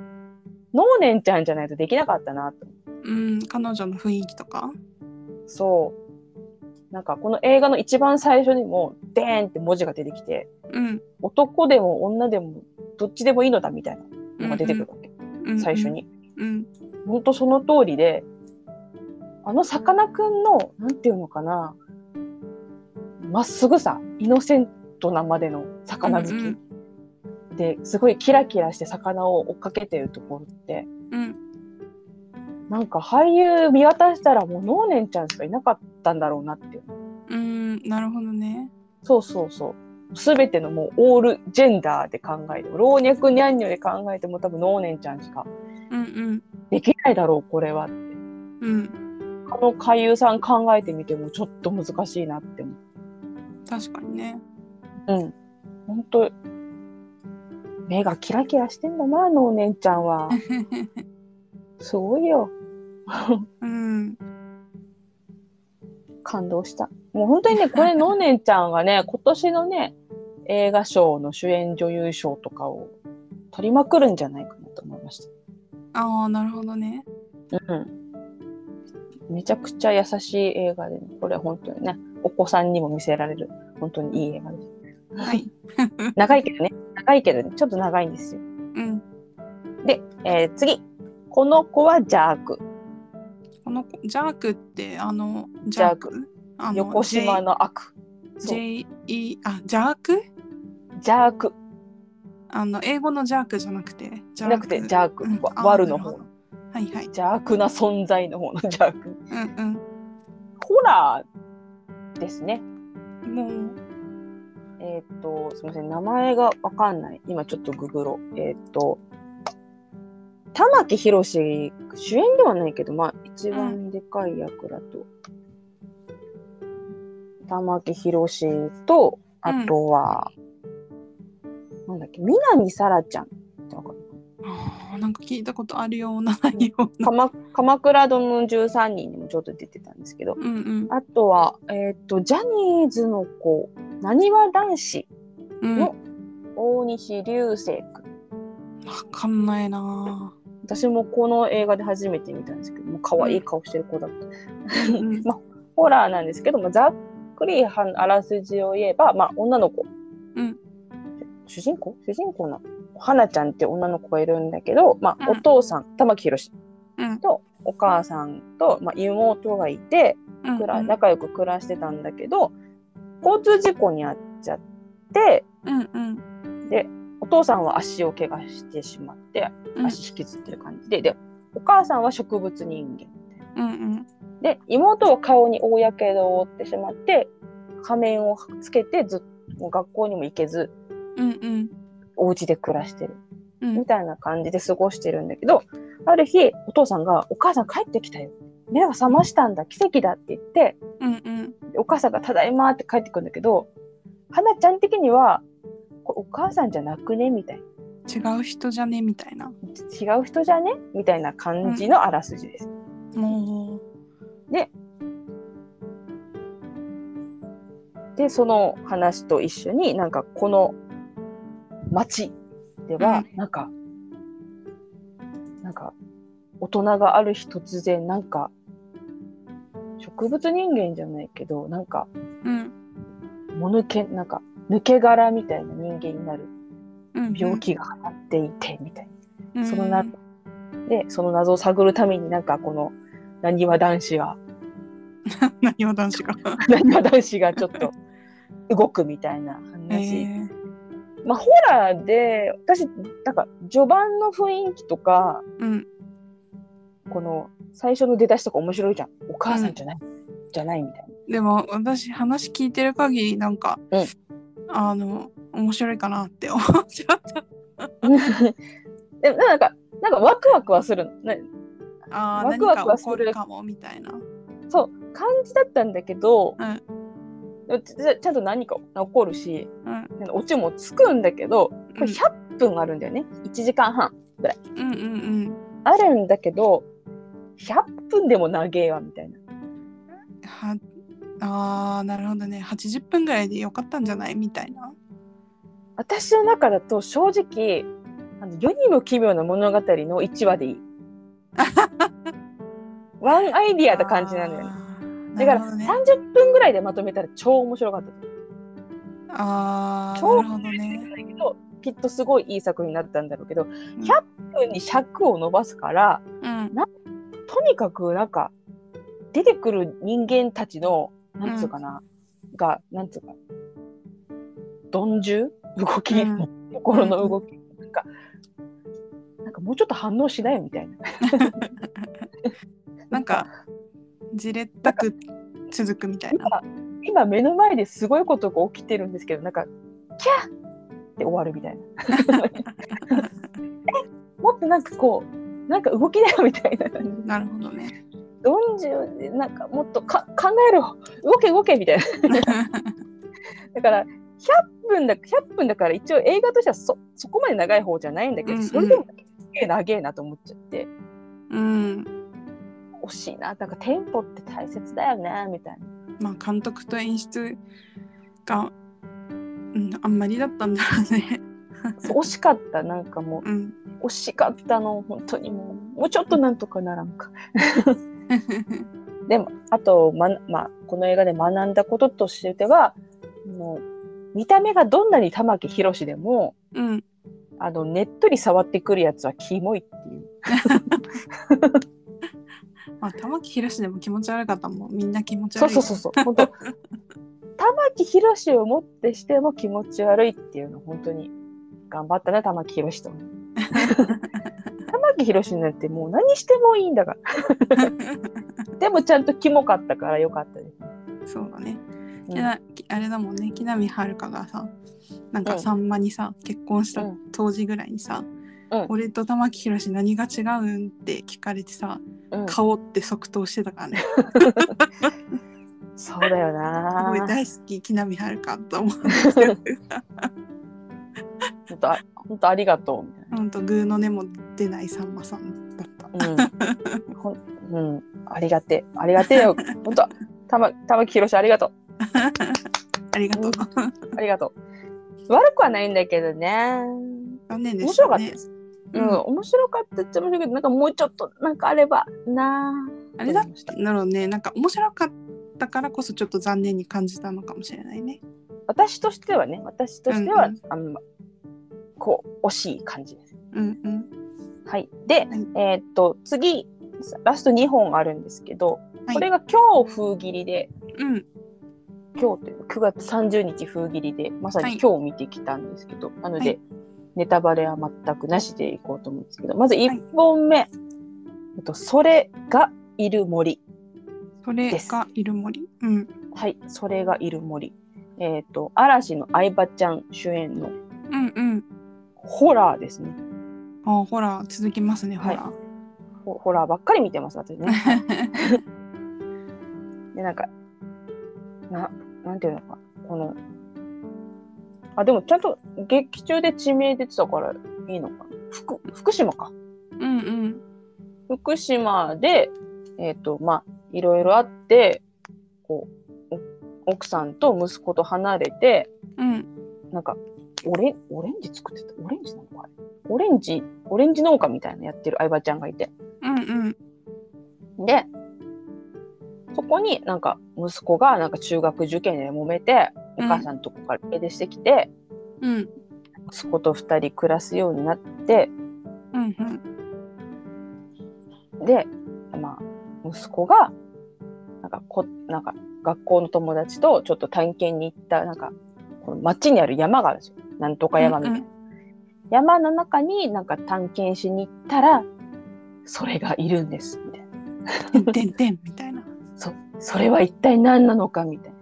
Speaker 2: 能年ちゃんじゃないとできなかったなと。
Speaker 1: うん、彼女の雰囲気とか。
Speaker 2: そう。なんかこの映画の一番最初にも、でーんって文字が出てきて、
Speaker 1: うん。
Speaker 2: 男でも女でもどっちでもいいのだみたいな。のが出てくるわけ、
Speaker 1: うんうん
Speaker 2: 最初。に。
Speaker 1: うん
Speaker 2: ほんとその通りで、あのさかなクンの、なんていうのかな、まっすぐさ、イノセントなまでの魚好き。
Speaker 1: うん
Speaker 2: で、すごいキラキラして魚を追っかけてるところって、
Speaker 1: うん。
Speaker 2: なんか俳優見渡したらもう能年ちゃんしかいなかったんだろうなっていう。
Speaker 1: うん、なるほどね。
Speaker 2: そうそうそう。すべてのもうオールジェンダーで考えて、老若にゃんにょで考えても多分能年ちゃんしか
Speaker 1: うん
Speaker 2: できないだろう、これはって。
Speaker 1: うん。うん。
Speaker 2: 他の俳優さん考えてみてもちょっと難しいなって思
Speaker 1: 確かにね。
Speaker 2: う。うん。ほんと、目がキラキラしてんだな、のお姉ちゃんは。すごいよ。
Speaker 1: うん。
Speaker 2: 感動した。もう本当にね、こ れ、のお姉ちゃんがね、今年のね、映画賞の主演女優賞とかを取りまくるんじゃないかなと思いまし
Speaker 1: ああ、なるほどね。
Speaker 2: た。うん。めちゃくちゃ優しい映画で、ね、これ本当にね、お子さんにも見せられる、本当にいい映画です。
Speaker 1: はい。
Speaker 2: 長いけどね、長いけどね、ちょっと長いんですよ。
Speaker 1: うん。
Speaker 2: で、えー次。この子は邪悪。
Speaker 1: この子、ジャークって、あの、ジ
Speaker 2: ャーク
Speaker 1: クあの
Speaker 2: 横島の悪。そう
Speaker 1: J- J-E、あ、ジャーク
Speaker 2: 邪悪。
Speaker 1: あの、英語のジャークじゃなくて、じ
Speaker 2: じゃなくて邪悪。
Speaker 1: うん
Speaker 2: わ
Speaker 1: あー
Speaker 2: 悪の方
Speaker 1: なる。ほどはいはい。
Speaker 2: 邪悪な存在の方の邪悪。
Speaker 1: うん
Speaker 2: ホラーですね。
Speaker 1: うん。もう、
Speaker 2: えーっ、と、すみません。名前がわかんない。今ちょっとググろう。えーっ、と、玉木宏主演ではないけど、まあ、一番でかい役だと。玉木宏と、あとは、なんだっけ、南沙羅ちゃんってわかる。
Speaker 1: あーなんか聞いたことあるような内容の。
Speaker 2: 鎌鎌倉殿の13人にもちょっと出てたんですけど、
Speaker 1: うんうん
Speaker 2: あとは、えーっ、と、ジャニーズの子、なにわ男子。
Speaker 1: うん。わ
Speaker 2: の大西流星君。
Speaker 1: かんないな
Speaker 2: 私もこの映画で初めて見たんですけど、もう可愛い顔してる子だった。
Speaker 1: ぁ。うん
Speaker 2: まあ、ホラーなんですけども、ざっくりはあらすじを言えば、まあ、女の子。
Speaker 1: うん
Speaker 2: 主人公主人公の、花ちゃんって女の子がいるんだけど、まあ、
Speaker 1: う
Speaker 2: お
Speaker 1: ん
Speaker 2: 父さん、玉木宏
Speaker 1: うん
Speaker 2: とお母さんと、まあ、妹がいて、
Speaker 1: うん
Speaker 2: くら仲良く暮らしてたんだけど、交通事故に遭っちゃって、
Speaker 1: うんうん
Speaker 2: で、お父さんは足を怪我してしまって、
Speaker 1: うん
Speaker 2: 足引きずってる感じで、で、お母さんは植物人間。
Speaker 1: うん
Speaker 2: で、妹は顔に大やけどを負ってしまって、仮面をつけてずっともう学校にも行けず、
Speaker 1: うんうんうん
Speaker 2: お家で暮らしてる。
Speaker 1: うん
Speaker 2: みたいな感じで過ごしてるんだけど、ある日、お父さんが、お母さん帰ってきたよ。目が覚ましたんだ。奇跡だって言って、
Speaker 1: うんうん
Speaker 2: でお母さんがただいまって帰ってくるんだけど、花ちゃん的には、これお母さんじゃなくねみたいな。
Speaker 1: 違う人じゃねみたいな。
Speaker 2: 違う人じゃねみたいな感じのあらすじです。
Speaker 1: もう。
Speaker 2: でその話と一緒になんかこの町ではなんか、なんか大人がある日突然なんか植物人間じゃないけどなんか
Speaker 1: うん
Speaker 2: もぬけなんか抜け殻みたいな人間になる
Speaker 1: うん
Speaker 2: 病気が流行っていてみたい
Speaker 1: うん
Speaker 2: そのなでその謎を探るためになんかこのなにわ男子が
Speaker 1: 何を男子が
Speaker 2: なにわ男子がちょっと動くみたいな話。
Speaker 1: えー
Speaker 2: まあ、ホラーで私なんか序盤の雰囲気とか
Speaker 1: うん
Speaker 2: この最初の出だしとか面白いじゃんお母さんじゃない、じゃないみたい
Speaker 1: でも私話聞いてる限りなんか、
Speaker 2: うん
Speaker 1: あの面白いかなって思っちゃった
Speaker 2: なでもなんかなんかワクワクはするのな
Speaker 1: あー
Speaker 2: ワクワク
Speaker 1: 何か
Speaker 2: は
Speaker 1: 起こ
Speaker 2: す
Speaker 1: る
Speaker 2: る
Speaker 1: かもみたいな
Speaker 2: そう感じだったんだけど、
Speaker 1: うん
Speaker 2: でもちちちゃんと何か起こるし
Speaker 1: うん
Speaker 2: なんかオチもつくんだけどこれ
Speaker 1: うん
Speaker 2: 100分あるんだよね1時間半
Speaker 1: うんうん
Speaker 2: あるんだけど100分でも長えわみたいな
Speaker 1: うんはあーなるほどね80分ぐらいでよかったんじゃないみたいな
Speaker 2: 私の中だと正直あの世にも奇妙な物語の1話でい いワンアイディアって感じなのよね
Speaker 1: あー
Speaker 2: だ
Speaker 1: な
Speaker 2: から
Speaker 1: るほどね
Speaker 2: 30分ぐらいでまとめたら超面白かった
Speaker 1: あーな
Speaker 2: 超
Speaker 1: るほどね
Speaker 2: だけどきっとすごいいい作品になったんだろうけど
Speaker 1: ん
Speaker 2: 100分に尺を伸ばすから
Speaker 1: うん
Speaker 2: とにかくなんか出てくる人間たちのなんつうかな、がなんつうか鈍重動き、
Speaker 1: うん
Speaker 2: 心の動き、なんかなんかもうちょっと反応しないみたいな。
Speaker 1: なんかじれったく続くみたいな
Speaker 2: 今目の前ですごいことが起きてるんですけどなんか「キャー!」って終わるみたい な。えもっとなんかこうなんか動きだよみたいな。
Speaker 1: なるほど ね
Speaker 2: どんじゅうでなんかもっとか考えろ動け動けみたいな。だから100分だ100分だから一応映画としてはそそこまで長い方じゃないんだけ
Speaker 1: うんうん
Speaker 2: どそれでもえ長えなと思っちゃって
Speaker 1: うん
Speaker 2: 惜しいななんかテンポって大切だよねみたいな。
Speaker 1: まあ監督と演出が、うん、あんまりだったんだろうね。
Speaker 2: そう惜しかったなんかもう
Speaker 1: うん。
Speaker 2: 惜しかったの本当にもうもうちょっとなんとかならんか。でもあと、ままあ、この映画で学んだこととしてはあの見た目がどんなに玉木宏でも
Speaker 1: うん。
Speaker 2: あのねっとり触ってくるやつはキモいっていう
Speaker 1: まあ玉木宏でも気持ち悪かったもん。みんな気持ち
Speaker 2: そう
Speaker 1: 悪い。
Speaker 2: そうそ うそう本当玉木宏をもってしても気持ち悪いっていうの本当に頑張ったね玉木宏と 玉木宏なんてもう何してもいいんだから でもちゃんとキモかったからよかったです、
Speaker 1: そうだね。
Speaker 2: うん
Speaker 1: きなきあれだもんね。木南遥がさ、なん
Speaker 2: う
Speaker 1: か
Speaker 2: ん
Speaker 1: さんまにさ、結婚した
Speaker 2: うん
Speaker 1: 当時ぐらいにさ、
Speaker 2: うん
Speaker 1: 俺と玉木宏何が違うんって聞かれてさ、
Speaker 2: うん
Speaker 1: 顔って即答してたからね。
Speaker 2: そうだよ
Speaker 1: す
Speaker 2: な
Speaker 1: ごい大好き木南遥と思って。
Speaker 2: 本当あ本当ありがとうみたいな
Speaker 1: ほんとグーの根も出ないさんまさんだった。
Speaker 2: うん、ほんうん、ありがてえありがてえよ本当玉玉木宏ありがとう
Speaker 1: ありがとう。
Speaker 2: ありがとう悪くはないんだけどね
Speaker 1: 残念で
Speaker 2: 面
Speaker 1: した
Speaker 2: 白
Speaker 1: ね。
Speaker 2: かったです、うん、
Speaker 1: うん
Speaker 2: 面白かったっちゃ面白いけどなんかもうちょっとなんかあればな
Speaker 1: あれだ
Speaker 2: と思いました
Speaker 1: なのねなんか面白かったからこそちょっと残念に感じたのかもしれないね。
Speaker 2: 私としてはね私としては、
Speaker 1: うん
Speaker 2: あんまこう惜しい感じです
Speaker 1: うんうん。
Speaker 2: はいで、えーっと次ラスト2本あるんですけど、
Speaker 1: はい
Speaker 2: これが今日風切りで
Speaker 1: うん
Speaker 2: 今日という9月30日風切りでまさ
Speaker 1: は
Speaker 2: に
Speaker 1: い
Speaker 2: 今日見てきたんですけど、なので、
Speaker 1: はい
Speaker 2: ネタバレは全くなしでいこうと思うんですけどまず1本目、えっと「それがいる森
Speaker 1: それがいる森。うん」
Speaker 2: はい「それがいる森」えっ、と嵐の相葉ちゃん主演の
Speaker 1: うんうん。
Speaker 2: ホラーですね
Speaker 1: あほら続きますねほ
Speaker 2: はい
Speaker 1: ら。
Speaker 2: ホホラーばっかり見てます私ね でなんかななんていうのかなこのあでもちゃんと劇中で地名出てたからいいのかな福福島か
Speaker 1: うんうん
Speaker 2: 福島で、えっ、と、まあ、いろいろあって、こう、奥さんと息子と離れて、
Speaker 1: うん
Speaker 2: なんか、オレン、オレンジ作ってたオレンジなのかあれオレンジ、オレンジ農家みたいなのやってる相葉ちゃんがいて。
Speaker 1: うんうん
Speaker 2: で、そこになんか息子がなんか中学受験で揉めて、お
Speaker 1: うん
Speaker 2: 母さんとこから家出してきて、
Speaker 1: うん
Speaker 2: 息子と二人暮らすようになって、
Speaker 1: うんうん
Speaker 2: で、まあ、息子が、なんかこ、なんか学校の友達とちょっと探検に行った、なんか、この町にある山があるんですよ。なんとか山みたいな。
Speaker 1: うん
Speaker 2: 山の中になんか探検しに行ったら、それがいるんです、みたいな。
Speaker 1: うんてんてんみたいな
Speaker 2: そ、それは一体何なのか、みたい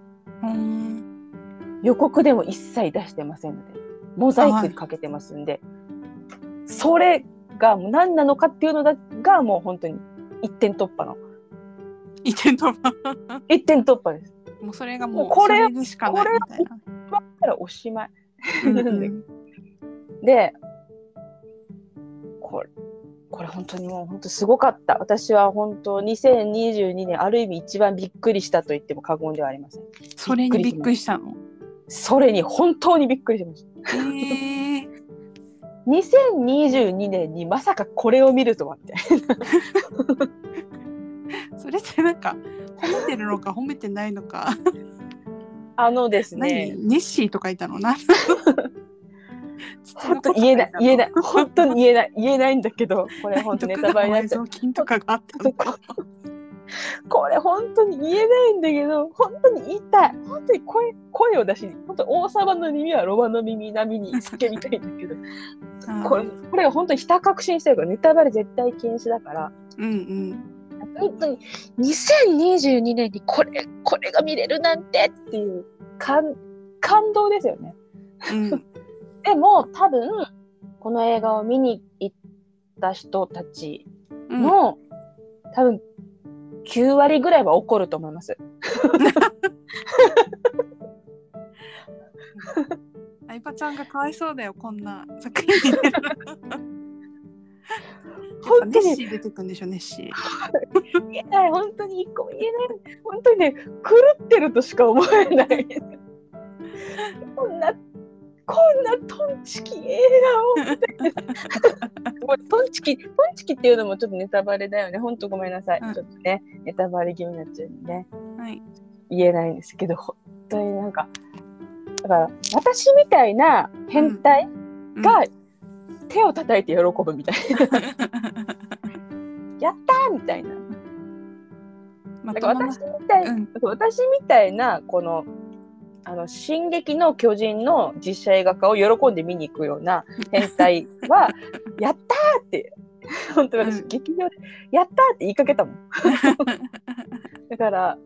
Speaker 2: な。
Speaker 1: うん
Speaker 2: 予告でも一切出してませんので、モザイクかけてますんで、それが何なのかっていうのだが、もう本当に一点突破の、
Speaker 1: 一点突破
Speaker 2: 一点突破です。
Speaker 1: もうそれがも
Speaker 2: も
Speaker 1: う
Speaker 2: うこれ
Speaker 1: そでしかないみたいな
Speaker 2: まあ、たらおしまい。
Speaker 1: うん
Speaker 2: なん
Speaker 1: う
Speaker 2: で
Speaker 1: ん
Speaker 2: で、これ、これ本当にもう本当すごかった。私は本当2022年ある意味一番びっくりしたと言っても過言ではありません。
Speaker 1: それにびっくりしたの
Speaker 2: それに本当にびっくりしました。
Speaker 1: ええー、
Speaker 2: 2022年にまさかこれを見るとはって。
Speaker 1: それってなんか褒めてるのか褒めてないのか
Speaker 2: あのです
Speaker 1: 何
Speaker 2: ね、
Speaker 1: ネッシーとかい たのな
Speaker 2: 本当言えない、言えない、本当に言えない、言えないんだけど、こ れ本当ネタバレになっちゃう。
Speaker 1: う金とかがあったのか
Speaker 2: これ本当に言えないんだけど、本当に言いたい。本当に声、声を出しに、本当王様の耳はロマの耳並みに叫びたいんだけど、
Speaker 1: な
Speaker 2: これ、これは本当にひた確信してるから、ネタバレ絶対禁止だから、
Speaker 1: うんうん
Speaker 2: 本当に2022年にこれ、これが見れるなんてっていう感、感動ですよね。
Speaker 1: うん
Speaker 2: でも多分、この映画を見に行った人たち
Speaker 1: うん
Speaker 2: の、多分9割ぐらいは怒ると思います。
Speaker 1: 相葉ちゃんがかわいそうだよこんな作品に出る
Speaker 2: 本
Speaker 1: ネ
Speaker 2: 当
Speaker 1: ッ
Speaker 2: に
Speaker 1: シー出てくんでしょネッシー
Speaker 2: 言えない、本当に一個も言えない。本当にね、狂ってるとしか思えない。こんな、こんなトンチキ映画をみたいな。ごめんトンチキ、トンチキっていうのもちょっとネタバレだよね。本当ごめんなさい。
Speaker 1: うん
Speaker 2: ちょっとね、ネタバレ気味になっちゃうんでね。
Speaker 1: はい
Speaker 2: 言えないんですけど、本当になんか、だから私みたいな変態
Speaker 1: うん
Speaker 2: が手を叩いて喜ぶみたいな、やったーみたいな。
Speaker 1: ま
Speaker 2: なん
Speaker 1: と
Speaker 2: か
Speaker 1: も
Speaker 2: 私
Speaker 1: な
Speaker 2: みたい、
Speaker 1: うん
Speaker 2: 私みたいなこの「あの進撃の巨人」の実写映画化を喜んで見に行くような変態は 「やったー!」って本当私、
Speaker 1: うん
Speaker 2: 劇場で「やったー!」って言いか けたもんだから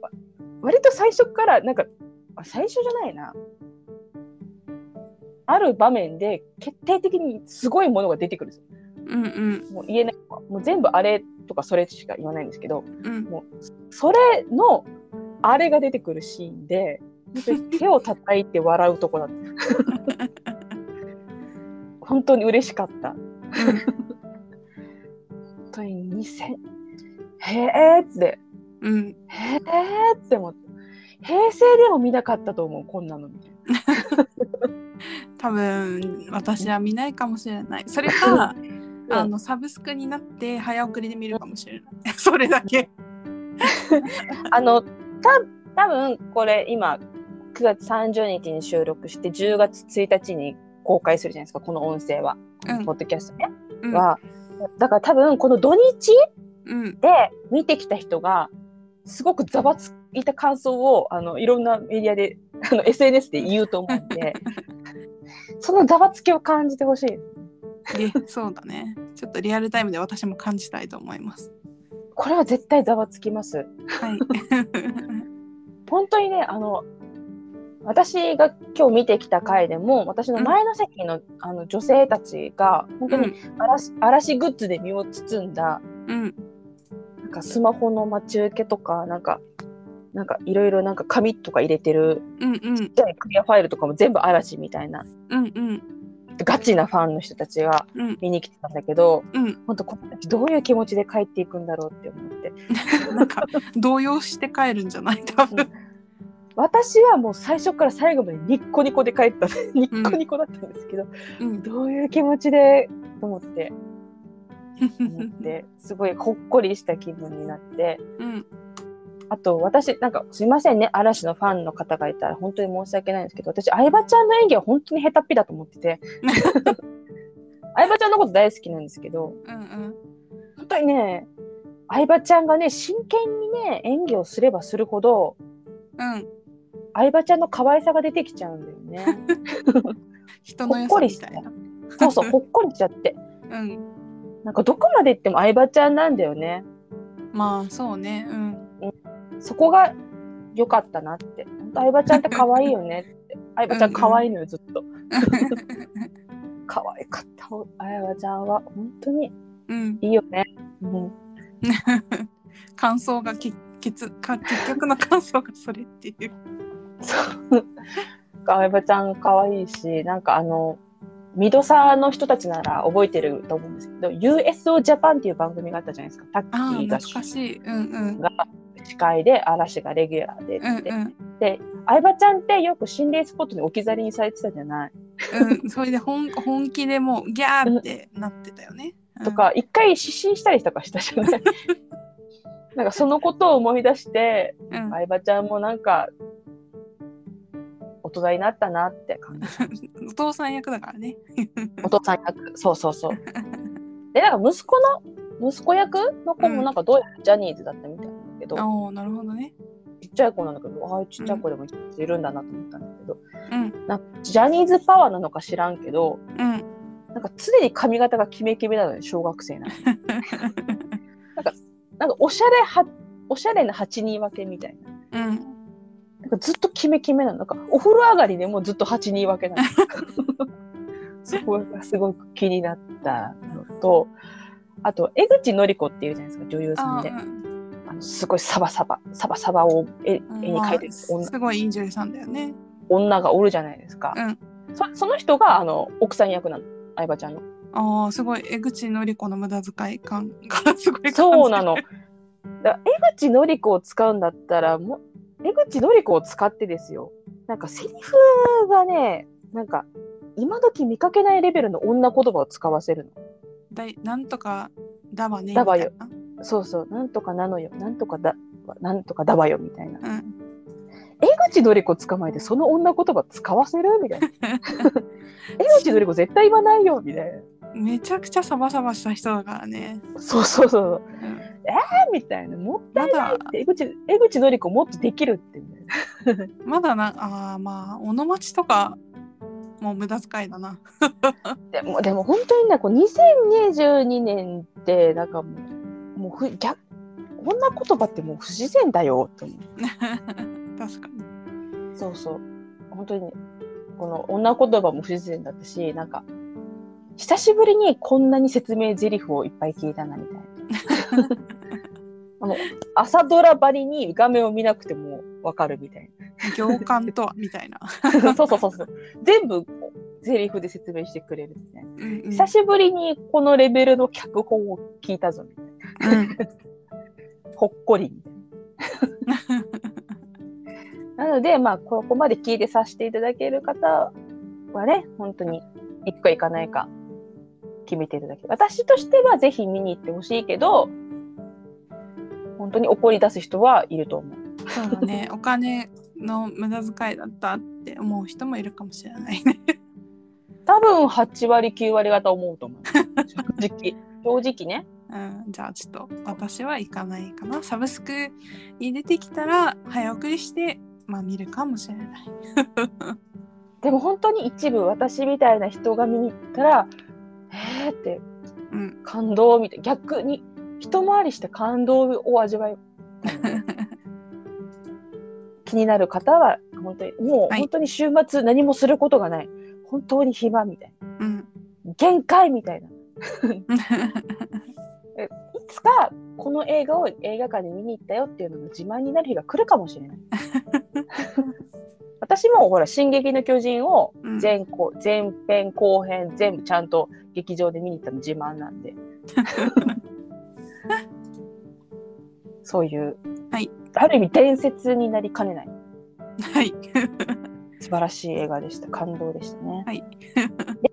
Speaker 2: わ割と最初からなんかあ最初じゃないなある場面で決定的にすごいものが出てくるんですよ
Speaker 1: うんうん
Speaker 2: もう言えないもう全部あれとかそれしか言わないんですけど
Speaker 1: うん
Speaker 2: それのあれが出てくるシーンで本当に手を叩いて笑うとこだった 本当に嬉しかった本当に2000へえーって
Speaker 1: うん
Speaker 2: へえーって思って平成でも見なかったと思うこんなのみたい
Speaker 1: 多分私は見ないかもしれないそれか、あのサブスクになって早送りで見るかもしれない それだけ
Speaker 2: なあのた多分これ今9月30日に収録して10月1日に公開するじゃないですかこの音声は、
Speaker 1: うん
Speaker 2: ポッドキャストね、
Speaker 1: うん
Speaker 2: はだから多分この土日
Speaker 1: うん
Speaker 2: で見てきた人がすごくざわついた感想をあのいろんなメディアで あの SNS で言うと思う んでそのざわつきを感じてほしい
Speaker 1: でそうだねちょっとリアルタイムで私も感じたいと思います
Speaker 2: これは絶対ざわつきます
Speaker 1: はい
Speaker 2: 本当にねあの私が今日見てきた回でも私の前の席の,、あの女性たちが本当に嵐,、嵐グッズで身を包んだ
Speaker 1: うん
Speaker 2: なんかスマホの待ち受けとかなんかなんかいろいろなんか紙とか入れてる
Speaker 1: うんうん
Speaker 2: ちっちゃいクリアファイルとかも全部嵐みたいな
Speaker 1: うんうん
Speaker 2: ガチなファンの人たちが
Speaker 1: うん
Speaker 2: 見に来てたんだけど、
Speaker 1: うん
Speaker 2: 本当この人どういう気持ちで帰っていくんだろうって思って
Speaker 1: なんか動揺して帰るんじゃない多分
Speaker 2: 私はもう最初から最後までニッコニコで帰ったんで ニッコニコだったんですけど、
Speaker 1: うん
Speaker 2: どういう気持ちでと思って思ってすごいほっこりした気分になって
Speaker 1: うん
Speaker 2: あと私なんかすいませんね嵐のファンの方がいたら本当に申し訳ないんですけど私相葉ちゃんの演技は本当に下手っぴだと思っ てて相葉ちゃんのこと大好きなんですけど
Speaker 1: うん
Speaker 2: 本当にね相葉ちゃんがね真剣にね演技をすればするほど
Speaker 1: うん
Speaker 2: 相葉ちゃんの可愛さが出てきちゃうんだよ ね。
Speaker 1: 人の良さみたいな
Speaker 2: そうそうほっこりしちゃって
Speaker 1: うん
Speaker 2: なんかどこまで行っても相葉ちゃんなんだよね。
Speaker 1: まあそうね うん
Speaker 2: そこが良かったなって。本当相葉ちゃんって可愛いよねって。相葉ちゃん可愛いのよ、ずっと。可愛かった。相葉ちゃんは本当に
Speaker 1: うん
Speaker 2: いいよね。うん、
Speaker 1: 感想がけ結か結局の感想がそれっていう
Speaker 2: そう。相葉ちゃん可愛いし、なんかあの、ミドサーの人たちなら覚えてると思うんですけど、USO ジャパンっていう番組があったじゃないですか。タッ
Speaker 1: ああ
Speaker 2: キー
Speaker 1: 懐
Speaker 2: が
Speaker 1: かしいうんうん
Speaker 2: が司会で、嵐がレギュラーでって
Speaker 1: うんうん
Speaker 2: で、相葉ちゃんってよく心霊スポットに置き去りにされてたじゃない
Speaker 1: うんそれで本本気でもうギャーってなってたよね
Speaker 2: とか、一回失神したりとかした じゃないなんかそのことを思い出して、
Speaker 1: うんうん
Speaker 2: 相葉ちゃんもなんか、大人になったなって感じ。
Speaker 1: お父さん役だからね
Speaker 2: お父さん役、そうそうそう。で、なんか息子の、息子役の子
Speaker 1: う
Speaker 2: も
Speaker 1: ん
Speaker 2: なんかどうやらジャニーズだったみたいなんだけど、
Speaker 1: ああなるほどね
Speaker 2: ちっちゃい子なんだけど、ああいうちっちゃい子でもいるんだなと思ったんだけど、
Speaker 1: うん
Speaker 2: なんかジャニーズパワーなのか知らんけど、
Speaker 1: うん
Speaker 2: なんか常に髪型がキメキメなのよ、小学 生なのに。なんかおしゃれは、おしゃれな8人分けみたいな。
Speaker 1: うん
Speaker 2: なんかずっとキメキメなの。なんかお風呂上がりでもずっと8人分け なの。そこがすごく気になったのと、あと、江口のり子っていうじゃないですか、女優さ
Speaker 1: あ
Speaker 2: んで。
Speaker 1: ー
Speaker 2: あ
Speaker 1: うん
Speaker 2: のすごいサバサバ、サバサバを絵絵
Speaker 1: うん
Speaker 2: に描いてる
Speaker 1: まあ
Speaker 2: 女
Speaker 1: すごいいい女優さんだよね。
Speaker 2: 女がおるじゃないですか。
Speaker 1: うん
Speaker 2: そその人があの奥さん役なの、相葉ちゃんの。
Speaker 1: ああ、すごい、江口のり子の無駄遣い感がすごい感じる
Speaker 2: そうなの。。だから江口のり子を使うんだったらもう江口のり子を使ってですよなんかセリフがねなんか今時見かけないレベルの女言葉を使わせる
Speaker 1: だいなんとかだわね。
Speaker 2: だわよ
Speaker 1: みたいな。
Speaker 2: のそうそうなんとかなのよなんとかだなんとかだわよみたいな
Speaker 1: うん、
Speaker 2: 江口のり子捕まえてその女言葉使わせる みたいな江口のり子絶対言わないよみたい
Speaker 1: めちゃくちゃサバサバした人だからね。
Speaker 2: なそうそうそう、
Speaker 1: ん
Speaker 2: えーみたいなもった
Speaker 1: ま
Speaker 2: いな
Speaker 1: だ
Speaker 2: いっ、て江口江口のり子もっとできるってみたいな
Speaker 1: まだな、ああ、まあ、小野町とか。もう無駄遣いだな。
Speaker 2: でもでも本当にねこう2022年ってなんかもうもうふ逆女言葉ってもう不自然だよと思う
Speaker 1: 確かに。
Speaker 2: そうそう本当にこの女言葉も不自然だったしなんか久しぶりにこんなに説明台詞をいっぱい聞いたなみたいな あの朝ドラばりに画面を見なくてもわかるみたい
Speaker 1: 行間とはみたいな。
Speaker 2: なそうそうそうそう全部台詞で説明してくれるみたいな
Speaker 1: うん、うん。
Speaker 2: 久しぶりにこのレベルの脚本を聞いたぞみたいな
Speaker 1: うん
Speaker 2: ほっこりみたいな。なので、まあ、ここまで聞いてさせていただける方はね、本当に行くか行かないか決めていただける。私としてはぜひ見に行ってほしいけど、本当に怒り出す人はいると思う。
Speaker 1: そうだね。お金の無駄遣いだったって思う人もいるかもしれないね。
Speaker 2: 多分8割、9割方思うと思う。 正直。正直ね。
Speaker 1: うん、じゃあちょっと私は行かないかな。サブスクに出てきたら早送りして、まあ見るかもしれない。
Speaker 2: でも本当に一部、私みたいな人が見に行ったら、えーって
Speaker 1: うん。
Speaker 2: 感動みたい逆に一回りして感動を味 わい気になる方は本当にもう
Speaker 1: はい
Speaker 2: 本当に週末何もすることがない、本当に暇みたい
Speaker 1: うん。
Speaker 2: な限界みたいないつかこの映画を 映画館で見に行ったよっていうのの自慢になる日が来るかもしれない私もほら「進撃の巨人」を
Speaker 1: うん
Speaker 2: 前後前編後編全部ちゃんと劇場で見に行ったの自慢なん でそういう、
Speaker 1: はい
Speaker 2: ある意味伝説になりかねない
Speaker 1: はい。
Speaker 2: 素晴らしい映画でした感動でしたね、
Speaker 1: はい
Speaker 2: で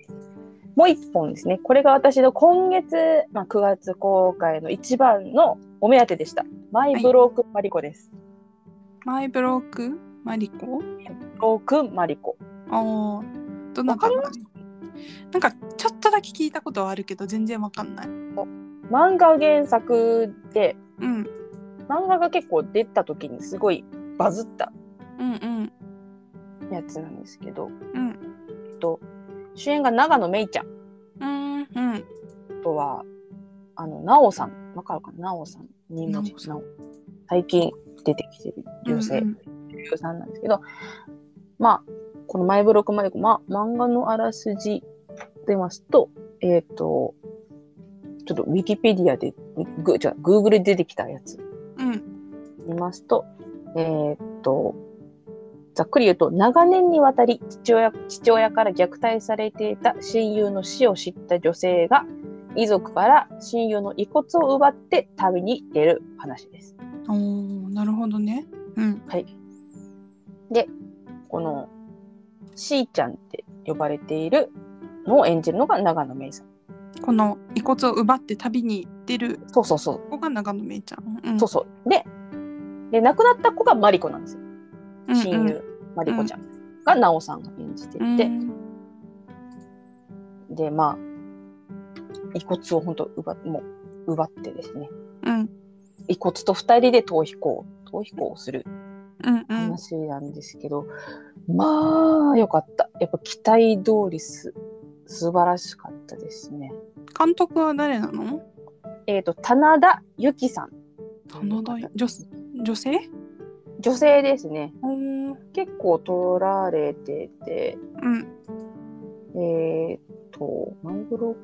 Speaker 2: もう一本ですねこれが私の今月、まあ、9月公開の一番のお目当てでした「マイ・ブロークン・マリコ」です、
Speaker 1: マイブロークマリコ
Speaker 2: ブロークン・マリコ
Speaker 1: ああ、どんな感じなんかちょっとだけ聞いたことはあるけど全然わかんない。
Speaker 2: 漫画原作で
Speaker 1: うん
Speaker 2: 漫画が結構出た時にすごいバズった
Speaker 1: うんうん
Speaker 2: やつなんですけど、
Speaker 1: うん
Speaker 2: えっと、主演が長野めいちゃん
Speaker 1: うんうん
Speaker 2: あとはあのなおさんわかるかななおさん二文字
Speaker 1: な
Speaker 2: なお最近出てきてる女性、
Speaker 1: うん
Speaker 2: 女優さんなんですけどまあこの「マイブロックマリコ」ま、漫画のあらすじ出ますとえっ、とちょっとウィキペディアでグじゃグーグルで出てきたやつ
Speaker 1: うん
Speaker 2: 見ますと、えーっと、ざっくり言うと、長年にわたり父親父親から虐待されていた親友の死を知った女性が、遺族から親友の遺骨を奪って旅に出る話です。
Speaker 1: うん。おーなるほどね。うん
Speaker 2: この、しーちゃんって呼ばれているのを演じるのが長野めいさん。
Speaker 1: この遺骨を奪って旅に出る
Speaker 2: そうそうそう。
Speaker 1: 子が長野めいちゃん。うん、
Speaker 2: そうそう。で、で亡くなった子がマリコなんですよ。
Speaker 1: うんうん
Speaker 2: 親友、マリコちゃんが、なおさんが演じてい
Speaker 1: う
Speaker 2: て。
Speaker 1: ん
Speaker 2: でまあ遺骨を本当奪もう奪ってですね
Speaker 1: うん
Speaker 2: 遺骨と二人で逃避行逃避行をする
Speaker 1: うんうん。
Speaker 2: 話なんですけど、まあよかったやっぱ期待通りす素晴らしかったですね
Speaker 1: 監督は誰なの？
Speaker 2: えっ、と棚田由紀さん
Speaker 1: 棚田女女性？
Speaker 2: 女性ですね
Speaker 1: おー
Speaker 2: 結構撮られてて
Speaker 1: うん
Speaker 2: えっ、とマングロー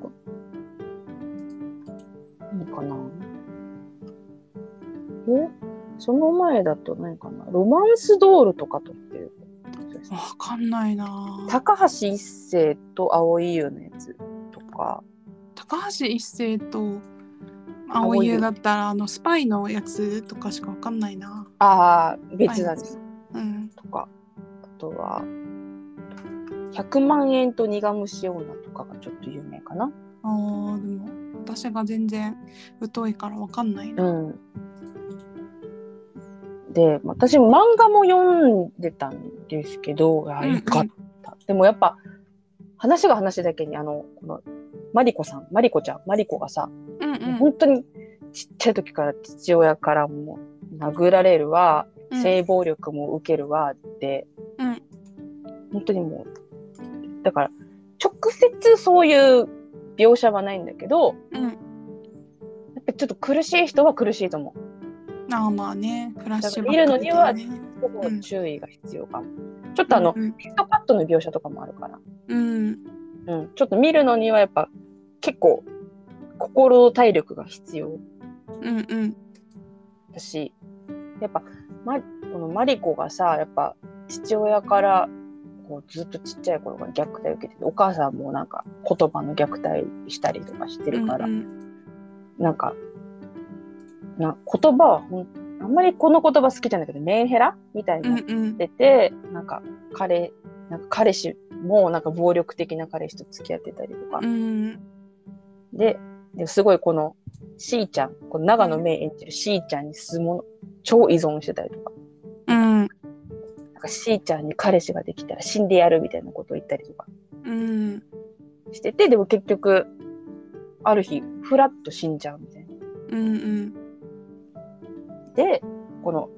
Speaker 2: ブいいかなえその前だと何かなロマンスドールとかとっていう
Speaker 1: わかんないな。
Speaker 2: 高橋一生と蒼井優のやつとか
Speaker 1: 高橋一生と青湯だったらあのスパイのやつとかしかわかんないな。
Speaker 2: ああ別なんです
Speaker 1: うん。
Speaker 2: とかあとは100万円と苦虫女とかがちょっと有名かな
Speaker 1: ああでも私が全然疎いからわかんないな。
Speaker 2: うん、で私漫画も読んでたんですけどあ
Speaker 1: うん
Speaker 2: よかった、でもやっぱ話が話だけにあのこのマリコさんマリコちゃんマリコがさ、
Speaker 1: うんうん。
Speaker 2: 本当にちっちゃい時から父親からも殴られるわ、
Speaker 1: うん
Speaker 2: 性暴力も受けるわって、
Speaker 1: うん
Speaker 2: 本当にもうだから直接そういう描写はないんだけど
Speaker 1: うん。
Speaker 2: やっぱちょっと苦しい人は苦しいと思う。
Speaker 1: ああまあねフラッシュバック
Speaker 2: 見るのには
Speaker 1: 的なね
Speaker 2: ちょっと注意が必要かも。ちょっとあの、
Speaker 1: うん
Speaker 2: ピットカットの描写とかもあるから、
Speaker 1: うん
Speaker 2: うん、ちょっと見るのにはやっぱ結構心の体力が必要
Speaker 1: うんうん
Speaker 2: だし、やっぱ、ま、このマリコがさ、やっぱ父親からこうずっとちっちゃい頃から虐待を受けてて、お母さんもなんか言葉の虐待したりとかしてるから、
Speaker 1: うん
Speaker 2: なんか、な言葉はほんあんまりこの言葉好きじゃないけど、メンヘラみたいな。
Speaker 1: うんうん
Speaker 2: ってて、なんか彼、なんか彼氏もなんか暴力的な彼氏と付き合ってたりとか
Speaker 1: う。ん
Speaker 2: で、ですごいこの、しーちゃん、この長野めい演じるしーちゃんにすもの、超依存してたりとか、
Speaker 1: うん
Speaker 2: なんかしーちゃんに彼氏ができたら死んでやるみたいなことを言ったりとか
Speaker 1: うん
Speaker 2: してて、でも結局、ある日、ふらっと死んじゃうみたいな。
Speaker 1: うん
Speaker 2: で、この、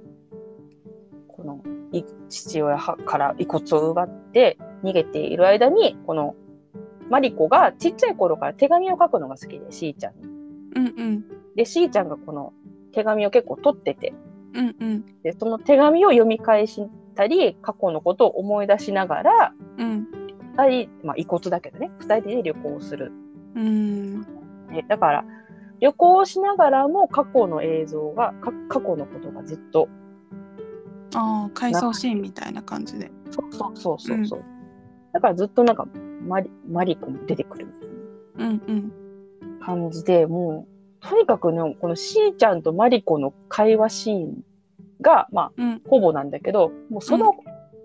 Speaker 2: この、い父親はから遺骨を奪って逃げている間に、この、マリコがちっちゃい頃から手紙を書くのが好きで、しーちゃんに。
Speaker 1: うんうん
Speaker 2: で、しーちゃんがこの手紙を結構取ってて、
Speaker 1: うんうん
Speaker 2: で、その手紙を読み返したり、過去のことを思い出しながら、
Speaker 1: うん
Speaker 2: 二人、まあ遺骨だけどね、二人で旅行する。
Speaker 1: うん
Speaker 2: ねだから、旅行をしながらも過去の映像が、か過去のことがずっと
Speaker 1: ああ回想シーンみたいな感じで
Speaker 2: そうそうそうそうそう、だからずっとなんかマリマリコも出てくるみたい
Speaker 1: うんうん
Speaker 2: な感じでもうとにかくねこのしーちゃんとマリコの会話シーンがまあ
Speaker 1: うん。
Speaker 2: ほぼなんだけどもうその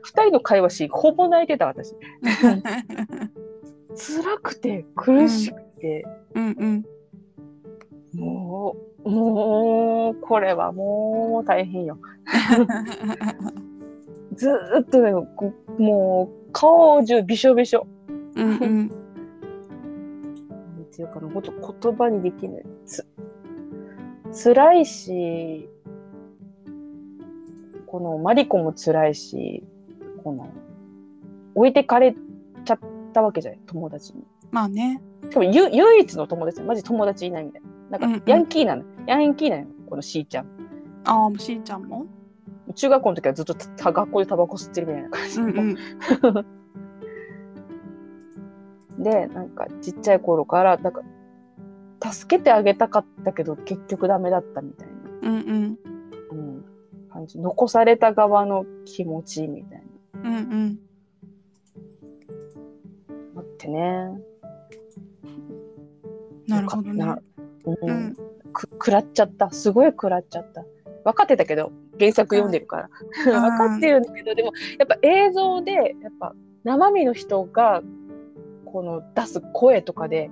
Speaker 2: 二人の会話シーンほぼ泣いてた私辛くて苦しくて、
Speaker 1: うんうん。
Speaker 2: もうもうこれはもう大変よずーっとねこもう顔中びしょびしょ
Speaker 1: うんうん。
Speaker 2: なんていうかな、本当言葉にできない。つ、辛いし、このマリコも辛いし、この、置いてかれちゃったわけじゃない、友達に。
Speaker 1: まあね。
Speaker 2: しかもゆ唯一の友達だよマジ友達いないみたいな。
Speaker 1: うん
Speaker 2: な
Speaker 1: うん
Speaker 2: んか、ヤンキーなの、ヤンキーなの、このしーちゃん。
Speaker 1: ああ、しーちゃんも。
Speaker 2: 中学校の時はずっとたた学校でタバコ吸ってるみたいな感じ
Speaker 1: う
Speaker 2: の。
Speaker 1: んうん。
Speaker 2: で、なんかちっちゃい頃から、なんか、助けてあげたかったけど、結局ダメだったみたいな。
Speaker 1: うんうん。
Speaker 2: うん、感じ残された側の気持ちみたい
Speaker 1: うんうん。
Speaker 2: なあってね
Speaker 1: なるほどね。
Speaker 2: よかった
Speaker 1: う
Speaker 2: うんん、く食らっちゃったすごい食らっちゃった分かってたけど原作読んでるから分かってるんだけどでもやっぱ映像でやっぱ生身の人がこの出す声とかで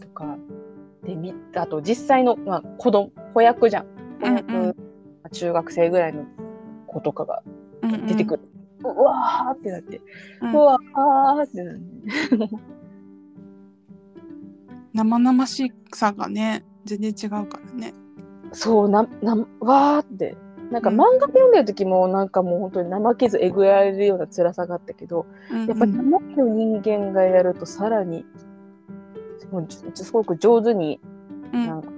Speaker 2: とかでみあと実際の、まあ、子供子役じゃん子役、
Speaker 1: うんうん
Speaker 2: まあ中学生ぐらいの子とかが
Speaker 1: うんうん
Speaker 2: 出てくる、うわーってなって
Speaker 1: うん
Speaker 2: うわーってなるね
Speaker 1: 生々しさがね、全然違うからね。
Speaker 2: そうななわーってなんか
Speaker 1: うん
Speaker 2: 漫画で読んでる時もなんかもう本当に怠けずえぐられるような辛さがあったけど
Speaker 1: うんうん
Speaker 2: やっぱり生身の人間がやるとさらにすごいじゅすごく上手に
Speaker 1: う
Speaker 2: なんんか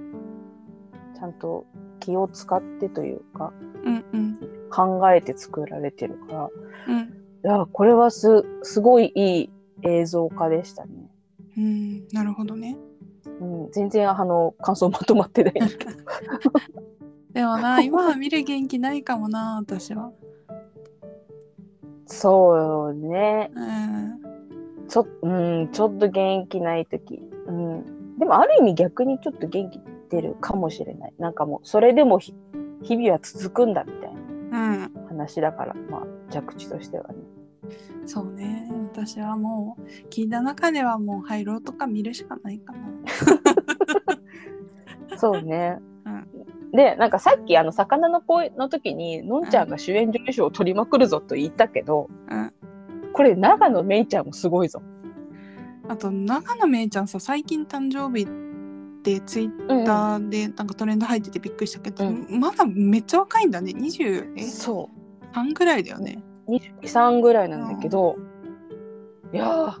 Speaker 2: ちゃんと気を使ってというか
Speaker 1: うんうん
Speaker 2: 考えて作られてるから
Speaker 1: うん
Speaker 2: いやこれはすすごいいい映像化でしたね。
Speaker 1: うん。なるほどね。
Speaker 2: うん、全然あの感想まとまってないんだ けど
Speaker 1: でもな、今は見る元気ないかもな、私は。
Speaker 2: そうよね
Speaker 1: うん。
Speaker 2: ちょ,、うん、ちょっと元気ない時、うん、でもある意味逆にちょっと元気出るかもしれないなんかもうそれでもひ日々は続くんだみたい
Speaker 1: うん。
Speaker 2: な話だからまあ着地としてはね
Speaker 1: そうね。私はもう、聞いた中ではもう、廃炉とか見るしかないかな。
Speaker 2: そうね、
Speaker 1: う
Speaker 2: でなんかさっきあの魚の声の時にのんちゃんが主演女優賞を取りまくるぞと言ったけど、
Speaker 1: うん
Speaker 2: これ長野めいちゃんもすごいぞ、
Speaker 1: あと、長野めいちゃんさ、最近誕生日ってツイッターでなんかトレンド入っててびっくりしたけど、
Speaker 2: う
Speaker 1: まだめっちゃ若いんだね。23
Speaker 2: そう
Speaker 1: ぐらいだよね。
Speaker 2: 23ぐらいなんだけど、いやー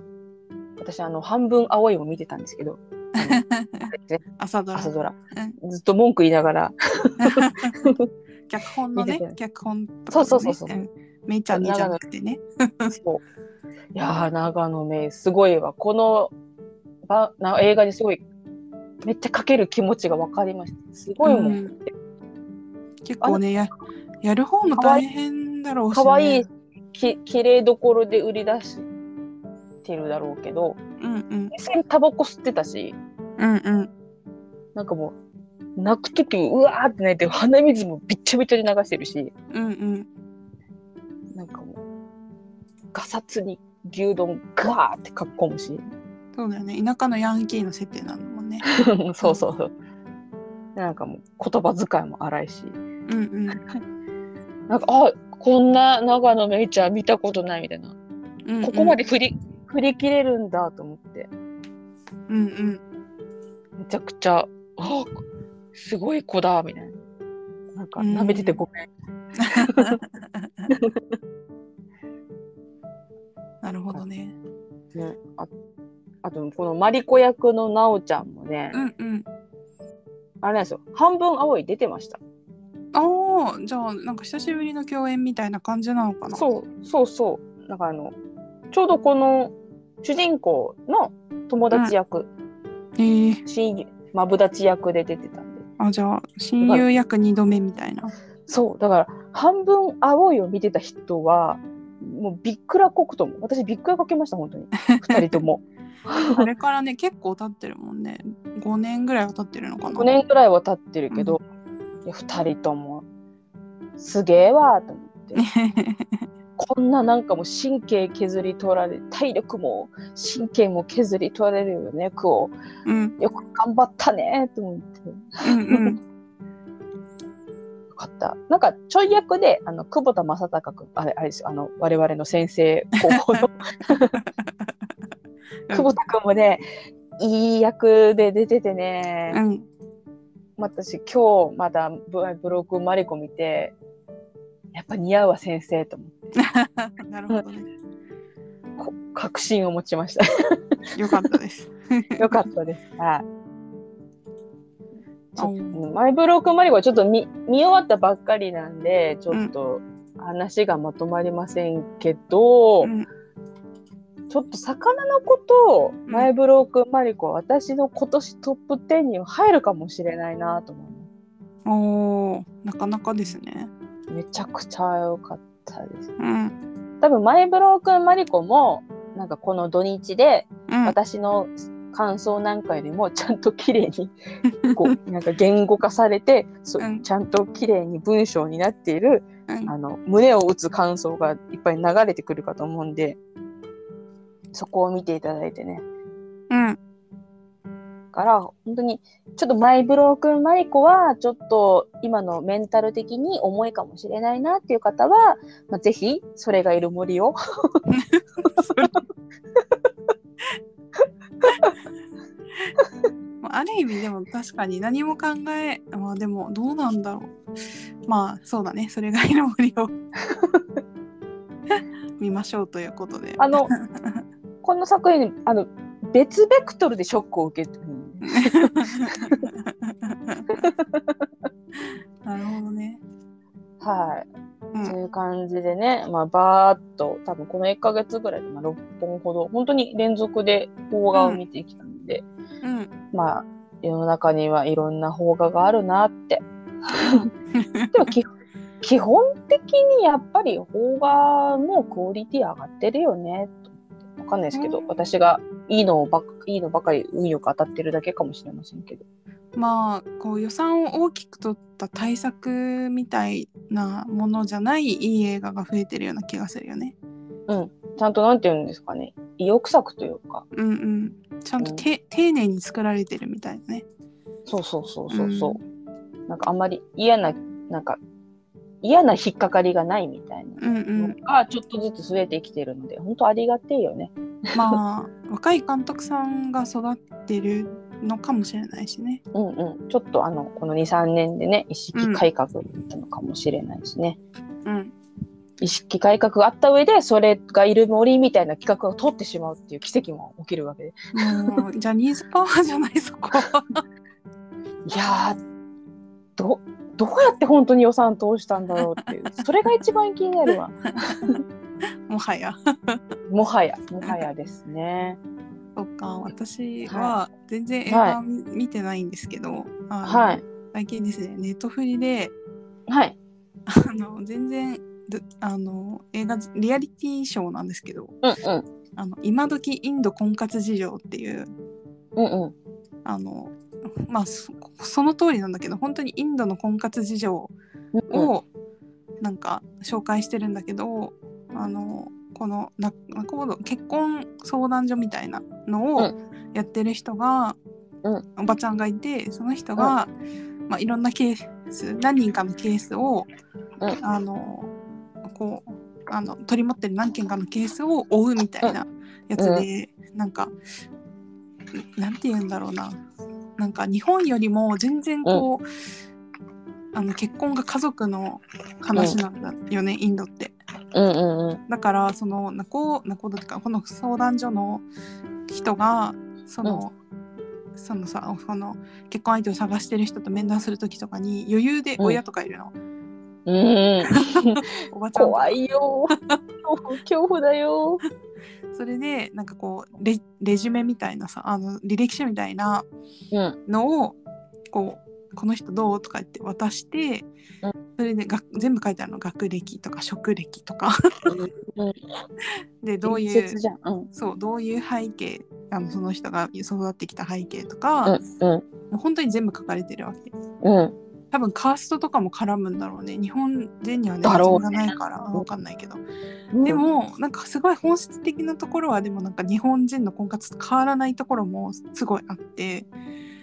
Speaker 2: 私あの半分青いを見てたんですけ ど
Speaker 1: 朝ドラ
Speaker 2: 朝。ドラずっと文句言いながら
Speaker 1: 脚本のね
Speaker 2: 見てて
Speaker 1: 脚本とか、ね、
Speaker 2: そうそうそうそうん
Speaker 1: めいちゃんにじゃなくてね
Speaker 2: そういやー長野めすごいわこのばな映画にすごいめっちゃかける気持ちが分かりましたすごいも、
Speaker 1: うんん結構ねややる方も大変だろうし、ね、
Speaker 2: かわいいき綺麗どころで売り出してるだろうけど
Speaker 1: うんうん
Speaker 2: 実際にタバコ吸ってたし
Speaker 1: うんうん
Speaker 2: なんかもう泣く時うわーって泣いて鼻水もびっちゃびちゃに流してるし
Speaker 1: うんうん
Speaker 2: なんかもう、ガサツに牛丼ガーってかっこむし。
Speaker 1: そうだよね田舎のヤンキーの設定なのもんね
Speaker 2: そうそうそう。なんかもう言葉遣いも荒いし。
Speaker 1: うんうん
Speaker 2: なんか、あ、こんな長野めいちゃん見たことないみたいな。
Speaker 1: うんうん
Speaker 2: ここまで振り、振り切れるんだと思って。
Speaker 1: うんうん
Speaker 2: めちゃくちゃ、あ、すごい子だ、みたいな。なんか、舐めててごめん。
Speaker 1: なるほどね
Speaker 2: ね、ああと、このマリコ役のなおちゃんもね、
Speaker 1: うんうん
Speaker 2: あれなんですよ。半分青い出てました。
Speaker 1: ああじゃあなんか久しぶりの共演みたいな感じなのかな
Speaker 2: そうそうそうなんかあのちょうどこの主人公の友達役、
Speaker 1: えー、
Speaker 2: 親友マブダチ役で出てたんで
Speaker 1: あじゃあ親友役2度目みたいな
Speaker 2: そうだから半分青いを見てた人はもうびっくらこくとも私びっくらかけました本 当に二人とも
Speaker 1: あれからね結構経ってるもんね5年ぐらいは経ってるのかな
Speaker 2: 5年ぐらいは経ってるけど、いや二人ともすげえわーと思って。こんななんかもう神経削り取られ体力も神経も削り取られるよねクオ
Speaker 1: うん
Speaker 2: よく頑張ったねと思ってよ
Speaker 1: うんうん
Speaker 2: かったなんかちょい役であの久保田正孝君あれあれですよあの我々の先生高校 の久保田君もねいい役で出ててね、
Speaker 1: うん
Speaker 2: 私今日まだブブログマリコ見てやっぱ似合うわ先生と思って
Speaker 1: なるほどね。
Speaker 2: こ確信を持ちました
Speaker 1: よかったです。
Speaker 2: よかったです。はい。ちょっ
Speaker 1: う
Speaker 2: と
Speaker 1: ん
Speaker 2: マイブロークマリコはちょっと見見終わったばっかりなんで、ちょっと話がまとまりませんけど、
Speaker 1: うん
Speaker 2: ちょっと魚のことを、
Speaker 1: ん
Speaker 2: マイブロークマリコは私の今年トップ10に入るかもしれないなと思いま
Speaker 1: おお、なかなかですね。
Speaker 2: す。めちゃくちゃ良かったです。
Speaker 1: うん。
Speaker 2: 多分マイブロークマリコも、なんかこの土日で、
Speaker 1: うん。
Speaker 2: 私の感想なんかよりもちゃんと綺麗にこうなんか言語化されて、そ
Speaker 1: う
Speaker 2: う
Speaker 1: ん
Speaker 2: ちゃんと綺麗に文章になっている
Speaker 1: うん
Speaker 2: あの胸を打つ感想がいっぱい流れてくるかと思うんでそこを見ていただいてね
Speaker 1: うん。
Speaker 2: だから本当にちょっとマイブロー君マリコはちょっと今のメンタル的に重いかもしれないなっていう方は、まあ、ぜひ「それがいる森を」
Speaker 1: まあある意味でも確かに何も考え、まあでもどうなんだろう。まあそうだね。それがいの森を 見ましょうということで。
Speaker 2: あ のこの作品あの別ベクトルでショックを受けてるんで
Speaker 1: なるほどね。
Speaker 2: はい、
Speaker 1: う。
Speaker 2: そうんいう感じでね、まあ、ばーっと、多分この1ヶ月ぐらいで、まあ、6本ほど、本当に連続で邦画を見てきたんで、
Speaker 1: うん。
Speaker 2: まあ、世の中にはいろんな邦画があるな って。でも基本、基本的にやっぱり邦画のクオリティ上がってるよね、とわかんないですけど、
Speaker 1: うん
Speaker 2: 私がいいのをばっいいのばかり運よく当たってるだけかもしれませんけど。
Speaker 1: まあこう予算を大きく取った対策みたいなものじゃないいい映画が増えてるような気がするよね。
Speaker 2: ちゃんとなんて言うんですかね、意欲作というか、
Speaker 1: うんうん。ちゃんとて、丁寧に作られてるみたいなね。
Speaker 2: そうそうそうそうそう。なんかあんまり嫌な、なんか嫌な引っかかりがないみたいな
Speaker 1: うんうんう
Speaker 2: の
Speaker 1: ん。
Speaker 2: がちょっとずつ増えてきてるので、本当ありがてえよね。
Speaker 1: まあ 若い監督さんが育ってるのかもしれないしね。
Speaker 2: うんうん。ちょっとあの、この2、3年でね、意識改革だったのかもしれないですね。
Speaker 1: うん。
Speaker 2: 意識改革があった上で、それがいる森みたいな企画を取ってしまうっていう奇跡も起きるわけで。
Speaker 1: も うジャニーズパワーじゃないそこ は。
Speaker 2: いやー、ど、どうやって本当に予算通したんだろうっていう。それが一番気になるわ。
Speaker 1: もはや。
Speaker 2: もはや、もはやですね。
Speaker 1: そっか私
Speaker 2: は
Speaker 1: は全然映画見てないんですけど、あの
Speaker 2: はい。
Speaker 1: 最近ですねネットフリで
Speaker 2: はい。
Speaker 1: あの全然どあの映画リアリティショーなんですけど
Speaker 2: うんうん。
Speaker 1: 「あの今時インド婚活事情」っていう
Speaker 2: うんうん。
Speaker 1: あのまあそその通りなんだけど本当にインドの婚活事情
Speaker 2: うんうん
Speaker 1: をなんか紹介してるんだけど、あのこのな仲人結婚相談所みたいなの
Speaker 2: う
Speaker 1: をやってる人が、
Speaker 2: うん
Speaker 1: おばちゃんがいてその人が、まあ、いろんなケース何人かのケースを、
Speaker 2: うん
Speaker 1: あのこうあの取り持ってる何件かのケースを追うみたいなやつで、なんかなんて言うんだろうななんか日本よりも全然こう、あの結婚が家族の話なんだよね、インドって。
Speaker 2: うんうんうん。
Speaker 1: だからそのナコナコだってかこの相談所の人がその、そのさその結婚相手を探してる人と面談する時とかに余裕で親とかいるの、
Speaker 2: うん うん。
Speaker 1: おばちゃんとか
Speaker 2: 怖いよ。恐怖恐怖だよ。
Speaker 1: それでなんかこうレレジュメみたいなさあの履歴書みたいな
Speaker 2: うん。
Speaker 1: のをこうこの人どうとか言って渡して、
Speaker 2: う
Speaker 1: それでが全部書いてあるの学歴とか職歴とかでどうい
Speaker 2: 伝説
Speaker 1: う
Speaker 2: じゃん。うん。
Speaker 1: そうどういう背景あのその人が育ってきた背景とか、
Speaker 2: うん。
Speaker 1: 本当に全部書かれてるわけ
Speaker 2: うん。
Speaker 1: 多分カーストとかも絡むんだろうね日本人にはね
Speaker 2: だろうね
Speaker 1: 馴染みがないから分かんないけど、
Speaker 2: うん。
Speaker 1: で、もなんかすごい本質的なところはでもなんか日本人の婚活と変わらないところもすごいあって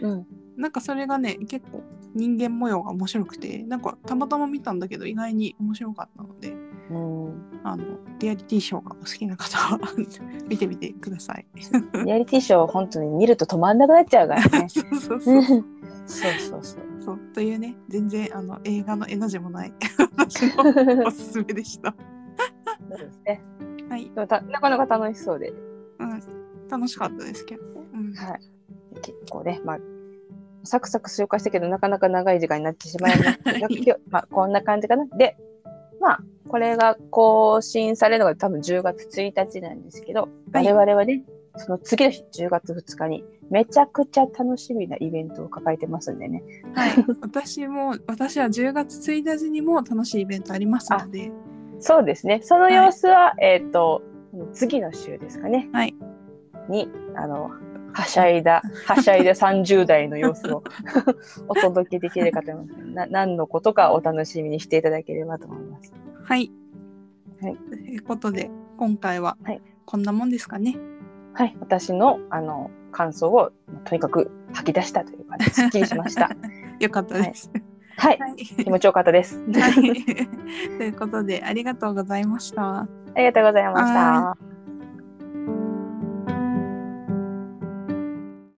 Speaker 2: うん。
Speaker 1: なんかそれがね結構人間模様が面白くてなんかたまたま見たんだけど意外に面白かったので
Speaker 2: うん。
Speaker 1: あのリアリティショーがお好きな方は 見てみてください。。
Speaker 2: リアリティショー、本当に見ると止まんなくなっちゃうからね
Speaker 1: そうそうそううん
Speaker 2: そうそう そう。
Speaker 1: そうというね全然あの映画のエナジーもない 私のおすすめでした。
Speaker 2: そうですね。
Speaker 1: はい、
Speaker 2: でもたなかなか楽しそうで、
Speaker 1: うん、楽しかったですけど、うん、
Speaker 2: はい。結構ね、まあ、サクサク紹介したけど、なかなか長い時間になってしまいました
Speaker 1: はい
Speaker 2: が今日まあ、こんな感じかな。で、まあ、これが更新されるのが多分10月1日なんですけど、
Speaker 1: はい
Speaker 2: 我々はね、その次の日、10月2日に、めちゃくちゃ楽しみなイベントを抱えてますんでね。
Speaker 1: はい、私も私は10月1日にも楽しいイベントありますので、
Speaker 2: そうですね。その様子は、えっ、と、次の週ですかね。
Speaker 1: はい
Speaker 2: に、あの、はしゃいだ、はしゃいだ30代の様子を お届けできるかと思いますな。何のことかお楽しみにしていただければと思います。
Speaker 1: はい、
Speaker 2: はい
Speaker 1: ということで今回は
Speaker 2: はい
Speaker 1: こんなもんですかね。
Speaker 2: はい。私の、あの、感想を、とにかく吐き出したという感じで、すっきりしま した。
Speaker 1: よかったです。
Speaker 2: はい。
Speaker 1: はい、
Speaker 2: 気持ちよかったです。
Speaker 1: はいということでありがとうございました。
Speaker 2: ありがとうございました。
Speaker 1: は